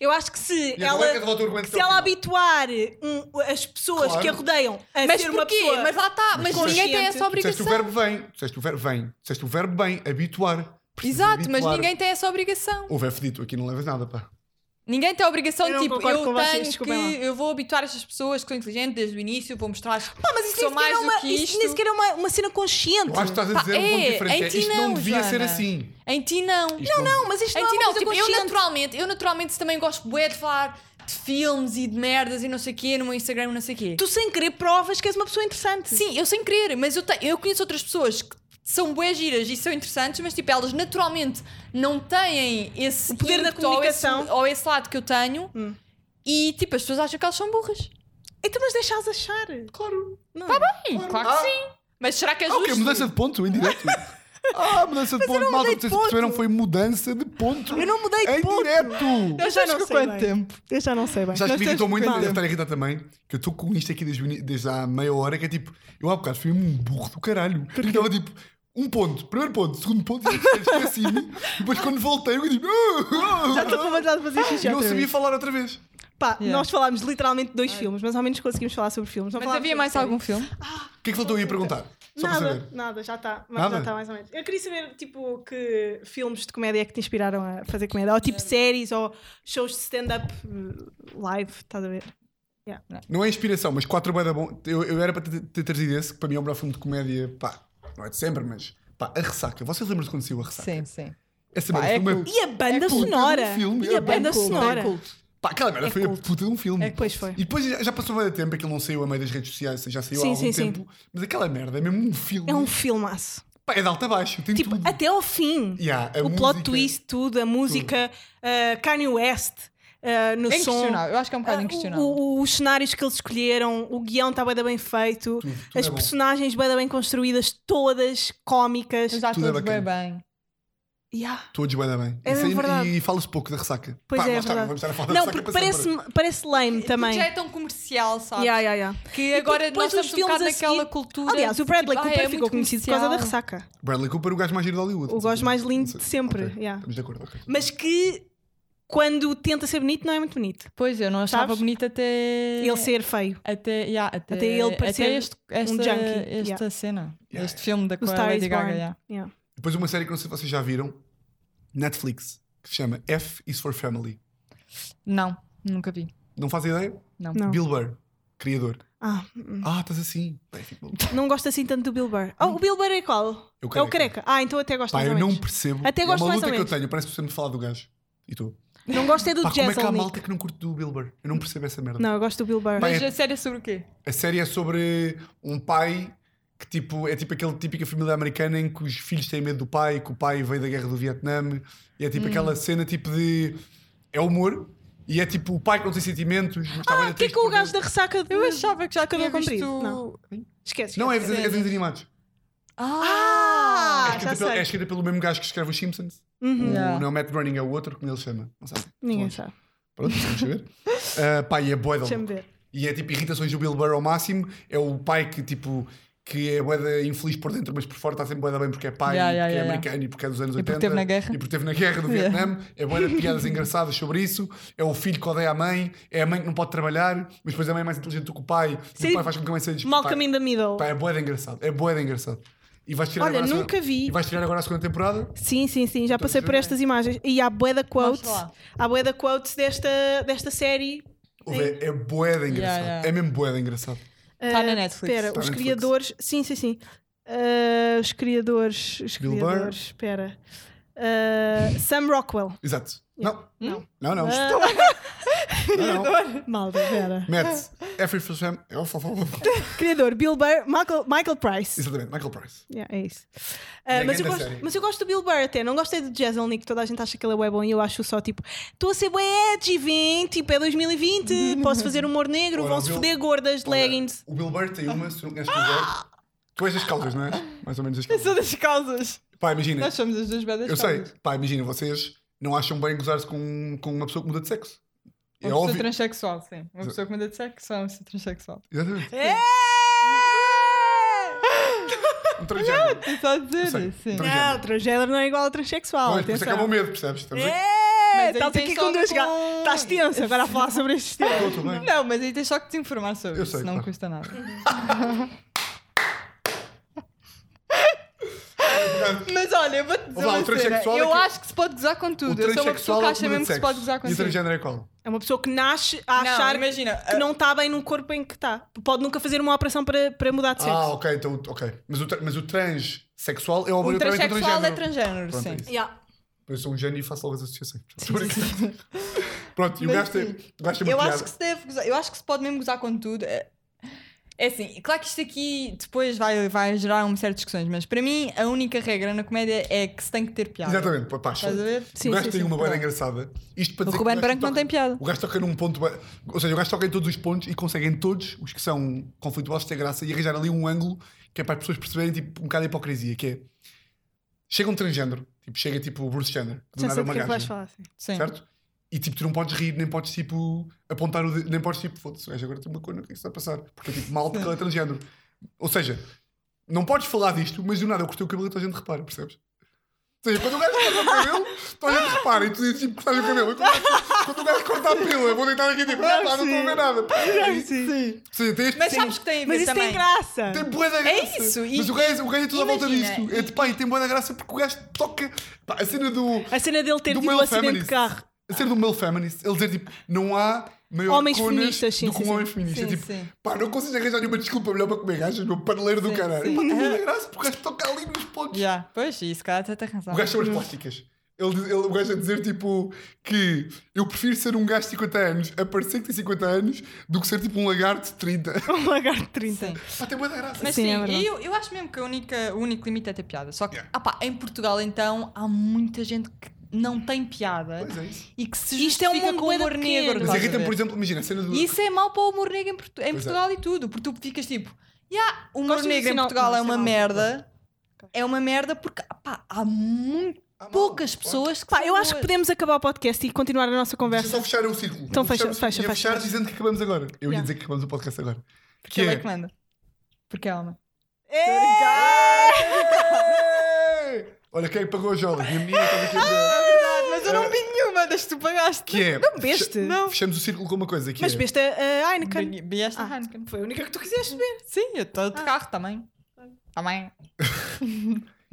S2: Eu acho que se
S3: Ah, tá E agora é que eu
S2: ela,
S3: vou ao argumento
S2: se
S3: até ao
S2: ela
S3: final.
S2: habituar um- as pessoas
S3: Claro.
S2: que a rodeiam a
S1: Mas
S2: É ser uma
S1: porquê?
S2: pessoa.
S1: Mas lá está, mas
S3: tu
S1: ninguém tem
S2: disseste-
S1: essa
S3: Tu Disseste
S1: obrigação.
S3: o verbo vem, tu disseste o verbo vem, tu disseste o verbo bem, habituar. Precisas
S1: Exato, mas
S3: habituar.
S1: ninguém tem essa obrigação.
S3: Houve fedito, aqui não levas nada, pá.
S1: Ninguém tem a obrigação
S2: Eu
S1: de
S2: não
S1: tipo,
S2: concordo com
S1: eu
S2: vocês,
S1: tenho que.
S2: desculpem lá.
S1: Eu vou habituar estas pessoas que são inteligentes desde o início, vou mostrar-lhes que
S2: Mas isso
S1: sou
S2: nem sequer
S1: mais
S2: é uma,
S1: do que
S2: isso
S1: isto.
S2: nem sequer é uma, uma cena consciente.
S3: Eu acho que estás a
S1: Pá,
S3: dizer um ponto
S1: é,
S3: diferente.
S1: em
S3: É,
S1: ti
S3: isto não,
S1: não,
S3: devia
S2: né?
S3: ser
S1: Joana.
S3: assim.
S1: Em ti não.
S3: Isto não,
S2: Não, mas isto
S1: Em
S2: não é
S1: ti
S2: uma
S1: não,
S2: coisa
S1: tipo, eu
S2: consciente.
S1: naturalmente, eu naturalmente também gosto bué de falar de filmes e de merdas e não sei o quê no meu Instagram, não sei o quê.
S2: Tu sem querer provas que és uma pessoa interessante.
S1: Sim, eu sem querer, mas eu, te- eu conheço outras pessoas que são bué giras e são interessantes, mas tipo, elas naturalmente não têm esse
S2: O poder da
S1: ímpeto ou esse- Ou esse,
S2: comunicação. Hum.
S1: lado que eu tenho. E tipo, as pessoas acham que elas são burras.
S2: Então, mas deixas achar. Claro. Não.
S1: Sim, claro,
S3: Ah.
S1: que sim. Mas será que é
S3: Ah,
S1: justo?
S3: ok, mudança de ponto, em direto. Ah, mudança de ponto. Malta,
S2: mudei de
S3: vocês
S2: ponto.
S3: perceberam? Foi mudança de ponto.
S2: Eu não mudei de
S3: em
S2: ponto.
S3: direto.
S2: Eu já não
S4: com
S2: sei
S4: quanto
S2: bem.
S4: tempo?
S2: Eu já não sei bem.
S3: Já
S2: Nós
S3: me irritou
S2: temos-
S3: muito,
S2: Vale.
S3: deve estar a irritar também, que eu estou com isto aqui desde, o ini- desde há meia hora, que é tipo, eu há bocado fui um burro do caralho. Porque estava tipo, um ponto, primeiro ponto, segundo ponto, e depois esqueci-me. E depois quando voltei, eu digo, "Ah,
S2: Já estou com vontade de fazer xixi
S3: ah", não
S2: outra
S3: sabia
S2: vez.
S3: falar outra vez.
S2: Pá,
S4: Yeah.
S2: nós falámos literalmente de dois filmes, mas ao menos conseguimos falar sobre filmes. Não
S4: Mas
S2: falámos
S4: havia
S2: sobre
S4: mais
S2: séries.
S4: algum filme?
S3: O que é que faltou aí a perguntar? Só para
S2: Nada,
S3: saber.
S2: nada, já está. Mas
S3: Nada?
S2: já está mais ou menos. Eu queria saber, tipo, que filmes de comédia é que te inspiraram a fazer comédia? Ou tipo séries, ou shows de stand-up eh, live, estás a ver?
S3: Não é inspiração, mas quatro bué da bom. Eu, eu era para ter, ter trazido esse, que para mim é o melhor filme de comédia, pá, não é de sempre, mas pá, a ressaca. Vocês lembram-se quando saiu a ressaca?
S4: Sim, sim.
S3: Essa
S4: Pá,
S3: merda
S4: é
S3: foi uma-
S4: culto.
S2: E a banda
S3: É culto,
S2: sonora!
S3: é um filme,
S2: e
S3: é
S2: a banda
S3: bem culto,
S2: sonora! É,
S3: é Pá, aquela merda foi a puta de um filme.
S2: Pois foi.
S3: E depois já já passou bem tempo, aquilo não saiu a meio das redes sociais, já saiu
S2: Sim,
S3: há algum
S2: sim, sim.
S3: tempo. Mas aquela merda é mesmo um filme.
S2: É um filmaço.
S3: Pá, é de alta a baixo, tem
S2: Tipo,
S3: tudo.
S2: até ao fim.
S3: Yeah, a
S2: o
S3: música-
S2: plot twist, tudo, a música, uh, Kanye West uh, no
S4: É
S2: som.
S4: inquestionável, eu acho que é um
S2: Ah,
S4: bocado inquestionável.
S2: o- o- os cenários que eles escolheram, o guião está bem, bem feito,
S3: Tudo, tudo
S2: as
S3: é bom.
S2: personagens bem, bem construídas, todas cómicas.
S4: Os atores
S3: Tudo é
S4: bem
S3: bacana.
S4: bem.
S2: Yeah.
S3: Todos bem, bem.
S2: É mesmo
S3: Isso aí-
S2: verdade.
S3: e, fala-se pouco da ressaca.
S2: Pois
S3: Pá,
S2: é, é
S3: nós estamos-
S2: verdade.
S3: vamos estar a falar da
S2: Não,
S3: ressaca
S2: porque
S3: para sempre.
S2: parece, parece lame também.
S1: Porque já é tão comercial, sabes?
S2: Yeah, yeah, yeah.
S1: Que agora
S2: depois
S1: nós estamos
S2: os
S1: um bocado
S2: filmes a
S1: naquela
S2: seguir-
S1: cultura.
S2: Aliás, o
S1: de,
S2: Bradley
S1: tipo, ah,
S2: Cooper
S1: é
S2: ficou
S1: muito
S2: conhecido por causa da
S1: comercial.
S2: ressaca.
S3: Bradley Cooper, o gajo mais giro de Hollywood.
S2: O gajo mais lindo de
S3: Não sei.
S2: sempre,
S3: Ok,
S2: yeah.
S3: Estamos de acordo, ok.
S2: Mas que quando tenta ser bonito, não é muito bonito.
S4: Pois, eu não achava
S2: Sabes?
S4: bonito
S1: É.
S4: até.
S2: Ele ser feio.
S4: Até, yeah, até,
S2: Até ele parecer um
S4: até este, esta,
S2: junkie,
S4: Esta
S2: yeah.
S4: cena.
S3: Yeah,
S4: este filme da
S2: O
S4: com a
S2: Star is
S4: Lady Gaga.
S2: Born.
S4: yeah.
S2: Yeah.
S3: Depois uma série que não sei se vocês já viram, Netflix, que se chama F is for Family.
S4: Não, nunca vi.
S3: Não fazem ideia?
S4: Não.
S2: Não.
S3: Bill Burr, criador.
S2: Ah, hum.
S3: Ah, estás assim. Bem, tipo,
S2: Não gosto assim tanto do Bill Burr. Oh, o Bill Burr é qual?
S3: É o
S2: É o careca. Ah, então até gosto
S3: Pá,
S2: mais
S3: eu
S2: ou
S3: não
S2: menos.
S3: percebo.
S2: Até gosto
S3: é uma
S2: mais
S3: luta
S2: ou
S3: que eu
S2: menos.
S3: tenho, parece que sempre falar do gajo. E tu?
S2: não... gosto é do
S3: Pá, como é
S2: Jazz
S3: que há
S2: Nick.
S3: malta que não curte do Bill Burr? Eu não percebo essa merda.
S2: Não, eu gosto do Bill Burr.
S3: Bem,
S4: Mas
S3: é-
S4: a série é sobre o quê?
S3: A série é sobre um pai que tipo, é tipo aquela típica família americana em que os filhos têm medo do pai, que o pai veio da guerra do Vietnã, e é
S2: Hum.
S3: tipo aquela cena tipo de. É humor, e é tipo o pai que não tem sentimentos. Mas está
S2: ah,
S3: bem
S2: o que é
S3: triste
S2: que o
S3: porque-
S2: gajo da ressaca de...
S4: Eu achava que já
S2: Cabelo
S4: tinha
S2: comprido,
S4: visto.
S2: não. Esquece.
S3: Não, é, é,
S2: esquece.
S3: é desenhos animados.
S1: Ah!
S3: é, escrita
S2: já
S3: pelo,
S2: sei.
S3: é escrita pelo mesmo gajo que escreve os Simpsons.
S2: Uhum.
S3: O-
S4: Yeah.
S3: Não é o Matt Groening, é o outro, como ele se chama. Não sabe.
S2: Ninguém
S3: Pronto,
S2: sabe.
S3: Pronto, vamos saber. Ah, pá, e é boa
S2: Deixa-me ver.
S3: E é tipo irritações do Bill Burr ao máximo. É o pai que tipo que é boeda infeliz por dentro, mas por fora está sempre boeda bem porque é pai,
S4: Yeah,
S3: e
S4: yeah,
S3: porque é
S4: yeah,
S3: americano e porque é dos anos
S4: E porque
S3: 80.
S4: esteve na guerra.
S3: E porque esteve na guerra do
S4: Yeah.
S3: Vietnã. É boeda piadas engraçadas sobre isso. É o filho que odeia a mãe. É a mãe que não pode trabalhar, mas depois a mãe é mais inteligente do que o pai. E
S2: Sim.
S3: o pai faz com que a mãe seja
S2: Malcolm in the Middle.
S3: Pá, é boeda engraçado. É boeda engraçado. E vais tirar
S2: Olha,
S3: agora Então, a segunda-
S2: nunca vi.
S3: E vais tirar agora a segunda temporada?
S2: Sim, sim, sim, já passei por
S3: juro.
S2: estas imagens. E há bué da quotes,
S1: Mostra lá.
S2: há bué da quotes desta, desta série.
S3: Ouve, É boeda engraçado.
S4: yeah.
S3: É mesmo boeda engraçado.
S4: Tá
S2: Ah,
S4: na Netflix.
S2: Espera,
S3: Tá
S2: os
S3: na Netflix.
S2: criadores. Sim, sim, sim. Ah, os criadores. Os
S3: Bill Burr.
S2: criadores. Espera. Ah, Sam Rockwell.
S3: Exato. Não.
S2: Não.
S3: Não, não.
S2: Ah,
S3: não, não.
S2: Malda, espera.
S3: Mete Jeffrey Fisham. Eu falo- falo- falo.
S2: Criador, Bill Burr, Michael, Michael Price.
S3: Exatamente, Michael Price.
S2: Yeah, é isso.
S3: E
S2: Ah,
S3: é
S2: mas, eu
S3: grande
S2: gosto,
S3: série.
S2: mas eu gosto do Bill Burr até, não gostei do Jezelnik, que toda a gente acha que ele é bué bom e eu acho só tipo, estou a ser bué edgy, vem, tipo, é 2020, posso fazer humor negro,
S3: Ora,
S2: vão-se
S3: Bill-
S2: foder gordas de
S3: Olha,
S2: leggings.
S3: O Bill Burr tem uma, se tu não conheces o Bill Burr. Tu és das causas, não é? Mais ou menos das causas.
S4: das causas.
S3: Pá, imagina.
S4: Nós somos as duas belas
S3: Eu sei.
S4: causas.
S3: Pá, imagina, vocês não acham bem gozar-se com, com uma pessoa que muda de sexo.
S4: Uma
S3: É
S4: pessoa
S3: óbvio.
S4: transexual, sim. Uma pessoa que muda de sexo é uma pessoa transexual.
S3: Exatamente.
S2: É!
S3: Um transgénero.
S4: É só dizer,
S3: Eu sei.
S4: sim.
S3: Tra-
S2: Não, transgénero não é igual a transexual.
S3: Mas depois
S2: atenção.
S3: acaba o é medo, percebes? Estamos aqui.
S2: É,
S4: Mas aí
S2: estás
S4: tem
S2: aqui
S4: só
S2: com duas
S4: com-
S2: gatas. Estás tensa Tá agora a falar sobre estes temas.
S3: Estou, estou bem.
S4: Não, mas aí tens só que te informar sobre
S3: Eu
S4: isso,
S3: sei,
S4: não
S3: claro.
S4: custa nada. mas olha, eu vou-te dizer
S3: Vá, o
S4: uma cena.
S3: transexual é
S4: Eu
S3: que-
S4: acho que se pode gozar com
S3: O
S4: tudo. Eu sou uma
S3: transexual
S4: pessoa que
S3: é o que
S4: acha
S3: muda de
S4: mesmo que se pode
S3: sexo.
S4: gozar com
S3: E o
S4: tudo.
S3: transgénero é qual?
S2: É uma pessoa que nasce a
S4: Não,
S2: achar
S4: imagina,
S2: que
S4: a-
S2: não está bem no corpo em que está. Pode nunca fazer uma operação para, para mudar de sexo.
S3: Ah, ok, então, ok. Mas o, tra- mas o transexual é
S4: O
S3: obrigatoriamente um
S4: transexual
S3: transgénero.
S4: é transgénero,
S3: Pronto, é
S4: sim.
S3: isso.
S2: Yeah.
S3: Eu sou um gênio e faço logo as associações. Pronto, e o
S4: Mas
S3: gajo tem,
S4: sim.
S3: o gajo tem é uma
S4: Eu
S3: piada.
S4: acho que se deve gozar- eu acho que se pode mesmo gozar com tudo. É, é assim, claro que isto aqui depois vai, vai gerar um certo discussões, mas para mim a única regra na comédia é que se tem que ter piada.
S3: Exatamente, pá, pá,
S4: Estás a ver?
S3: o
S2: Sim,
S3: gajo
S2: sim,
S3: tem
S2: sim.
S3: uma boia engraçada. Isto para
S4: O
S3: dizer que
S4: Ruben
S3: gajo
S4: Branco não
S3: toca-
S4: tem piada.
S3: O gajo toca num ponto. bué- Ou seja, o gajo toca em todos os pontos e consegue em todos os que são conflituosos ter graça e arranjar ali um ângulo que é para as pessoas perceberem tipo, um bocado a hipocrisia, que é. Chega um transgénero, tipo, chega tipo o Bruce Jenner, que do
S2: Já
S3: nada
S2: sei
S3: é
S2: do
S3: uma
S2: que é que vais
S3: gaja.
S2: falar. Sim.
S4: Sim.
S3: certo? E tipo, tu não podes rir, nem podes tipo apontar o dedo, nem podes tipo, foda-se, o gajo agora tem uma cor, o que é que está a passar? Porque é tipo mal porque ele é transgénero. Ou seja, não podes falar disto, mas do nada eu cortei o cabelo e toda a gente repara, percebes? Ou seja, quando o gajo corta o cabelo, toda a gente repara e tu dizes tipo, cortaste o cabelo. E quando, o gajo- quando o gajo corta a pila, eu vou deitar aqui tipo, ah, pá, não estou a ver nada.
S4: Sim.
S3: Ou seja, tem este.
S4: Mas sabes que tem a ver
S2: Mas isso
S4: também.
S2: tem graça.
S3: Tem bué da graça.
S4: isso, e-
S3: Mas o gajo, o gajo é tudo à volta
S4: Imagina,
S3: disto. É de pá, e tem bué da graça porque o gajo toca. Pá, a cena do.
S2: A cena dele ter
S3: Do
S2: tido um
S3: male
S2: acidente de
S3: feminist.
S2: carro.
S3: A cena do male feminist. Ele dizer tipo, não há maior
S2: Homens
S3: conas
S2: feministas, sim,
S3: do que
S2: sim,
S3: um
S2: sim.
S3: homem feminista.
S4: Sim,
S3: tipo,
S4: sim.
S3: pá, não consigo arranjar nenhuma desculpa melhor para comer gajas, meu paneleiro do
S4: Sim,
S3: caralho.
S4: sim.
S3: Pá, é graça porque o gajo toca ali nos pontos.
S4: Já, Pois, e se calhar até tem razão.
S3: O gajo chama as plásticas. Ele, diz- ele- o gajo a dizer tipo que eu prefiro ser um gajo de 50 anos a parecer que tem 50 anos do que ser tipo um lagarto de 30.
S2: Um lagarto de 30.
S4: Sim.
S3: Pá, tem bué da graça.
S4: Mas
S2: Sim,
S4: sim,
S2: é verdade.
S4: eu, eu acho mesmo que a única, o único limite é ter piada. Só que,
S3: Yeah.
S4: ah pá, em Portugal então há muita gente que não tem piada
S3: Pois é isso.
S4: e que se
S2: Isto é um
S4: justifica
S2: mundo
S4: com
S2: bué
S4: o
S2: da
S4: humor
S2: pequeno.
S4: negro.
S3: Mas
S4: estás a
S3: irrita-me,
S4: ver?
S3: por exemplo, imagina a cena do.
S4: E isso é mau para o humor negro em, Portu- em
S3: Pois é.
S4: Portugal e tudo, porque tu ficas tipo, yeah, o humor
S2: Gosto de
S4: negro em
S2: sinal-
S4: Portugal
S2: não,
S4: é
S2: isso é
S4: uma
S2: mau.
S4: merda, é uma merda porque pá, há muito
S3: Há Ah, mal,
S4: poucas
S3: claro.
S4: pessoas que.
S2: Pá,
S4: são
S2: eu acho que
S4: boas.
S2: podemos acabar o podcast e continuar a nossa
S3: Deixa
S2: conversa.
S3: só fechar o círculo.
S2: Então
S3: Vou
S2: fecha,
S3: fechar o círculo.
S2: fecha,
S3: Ia
S2: fecha,
S3: fechar
S2: fecha.
S3: dizendo que acabamos agora. Eu
S2: Yeah.
S3: ia dizer que acabamos o podcast agora.
S4: Porque ele é que manda. Porque é homem.
S3: Ei! Olha quem pagou as jolas. Minha menina estava aqui a ver.
S4: Verdade, mas eu não vi nenhuma das que tu pagaste.
S3: Que é.
S2: Beste.
S3: fecha-
S4: Não.
S3: Fechamos o círculo com uma coisa. Que
S2: Mas
S3: é,
S2: beste a a Heineken.
S4: Vi esta
S2: Ah.
S4: Heineken.
S2: Foi a única que tu quiseste ver.
S4: Sim, eu estou de carro também. Também.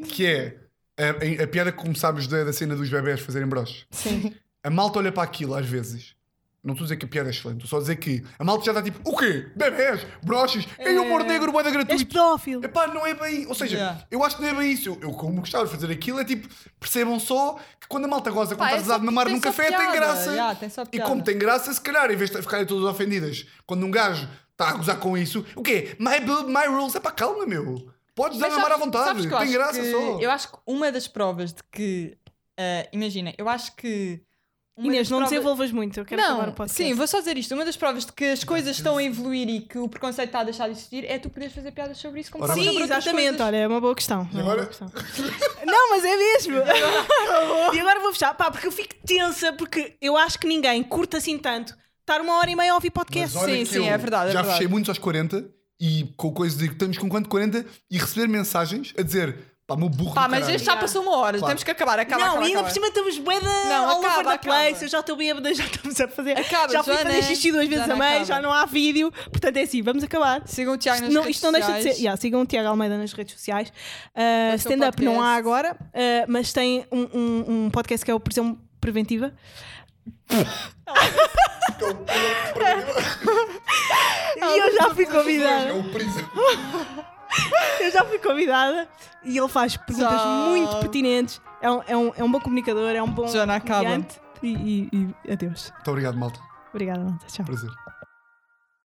S3: que é a, a- a piada que começámos da, da cena dos bebés fazerem broches.
S2: Sim.
S3: A malta olha para aquilo às vezes. Não estou a dizer que a piada é excelente, estou só a dizer que a malta já está tipo, o quê? Bebés, broches, é humor negro, boeda
S2: És
S3: gratuito.
S2: pedófilo.
S3: Epá, não é bem. Ou seja,
S4: Yeah.
S3: eu acho que não é bem isso. Eu, eu como gostava de fazer aquilo, é tipo, percebam só que quando a malta goza com
S4: Pá, é
S3: estás a
S4: só-
S3: de mamar
S4: tem
S3: num
S4: só
S3: café, tem
S4: piada.
S3: graça.
S4: Yeah, tem só
S3: e
S4: piada.
S3: como tem graça, se calhar, em vez de ficarem todas ofendidas, quando um gajo está a gozar com isso, o quê? My blood, my rules. Epá, calma, meu. Podes dar
S4: Mas
S3: mamar à
S4: sabes- sabes
S3: vontade,
S4: que eu
S3: tem
S4: acho
S3: graça
S4: que-
S3: só.
S4: Eu acho que uma das provas de que. ah, imagina, eu acho que. uma
S2: Inês,
S4: das
S2: não
S4: provas-
S2: desenvolvas muito. Eu quero acabar o
S4: Não,
S2: podcast.
S4: sim, vou só dizer isto. Uma das provas de que
S3: Tá,
S4: as coisas estão a evoluir e que o preconceito está a deixar de existir é tu poderes fazer piadas sobre isso como
S3: Ora
S4: fazes
S2: Sim,
S4: sobre outras
S2: exatamente.
S4: coisas.
S2: Olha, é uma boa questão. É uma
S3: agora?
S2: boa questão. Não, mas é mesmo. e agora vou fechar. Pá, porque eu fico tensa, porque eu acho que ninguém curta assim tanto estar uma hora e meia a ouvir
S3: Mas
S2: podcast.
S3: olha
S4: sim,
S3: que
S4: sim,
S3: eu
S4: é verdade, é
S3: Já
S4: verdade.
S3: fechei muitos aos 40 e com coisas de estamos com quanto 40 e receber mensagens a dizer Pá, meu burro.
S4: Pá,
S3: do
S4: mas
S3: caralho.
S4: este já passou uma hora,
S3: Claro.
S4: temos que acabar, acaba,
S2: não,
S4: acaba,
S2: e ainda
S4: acaba.
S2: por cima estamos bué da
S4: Não,
S2: all
S4: acaba,
S2: over the
S4: acaba.
S2: place, eu já estou bêbada, já estamos a fazer.
S4: Acaba,
S2: já fui
S4: Joana,
S2: fazer xixi duas vezes a
S4: Joana,
S2: meio,
S4: acaba.
S2: já não há vídeo, portanto é assim, vamos acabar.
S4: Sigam o Tiago nas
S2: Não,
S4: redes
S2: isto não deixa de ser.
S4: sociais.
S2: Yeah, sigam o Tiago Almeida nas redes sociais. Uh,
S4: o
S2: Stand-up não há
S4: podcast.
S2: agora, uh, mas tem um, um- um podcast que é o Prisão Preventiva. e eu já fui
S3: É
S2: convidada.
S3: o prisão.
S2: Eu já fui convidada e ele faz perguntas
S4: Tchau.
S2: muito pertinentes. É um, é, um, é um bom comunicador, é um bom.
S4: Joana, acaba.
S2: comediante. E, e, e adeus.
S3: Muito obrigado, malta.
S2: Obrigada, Malta. Tchau.
S3: Prazer.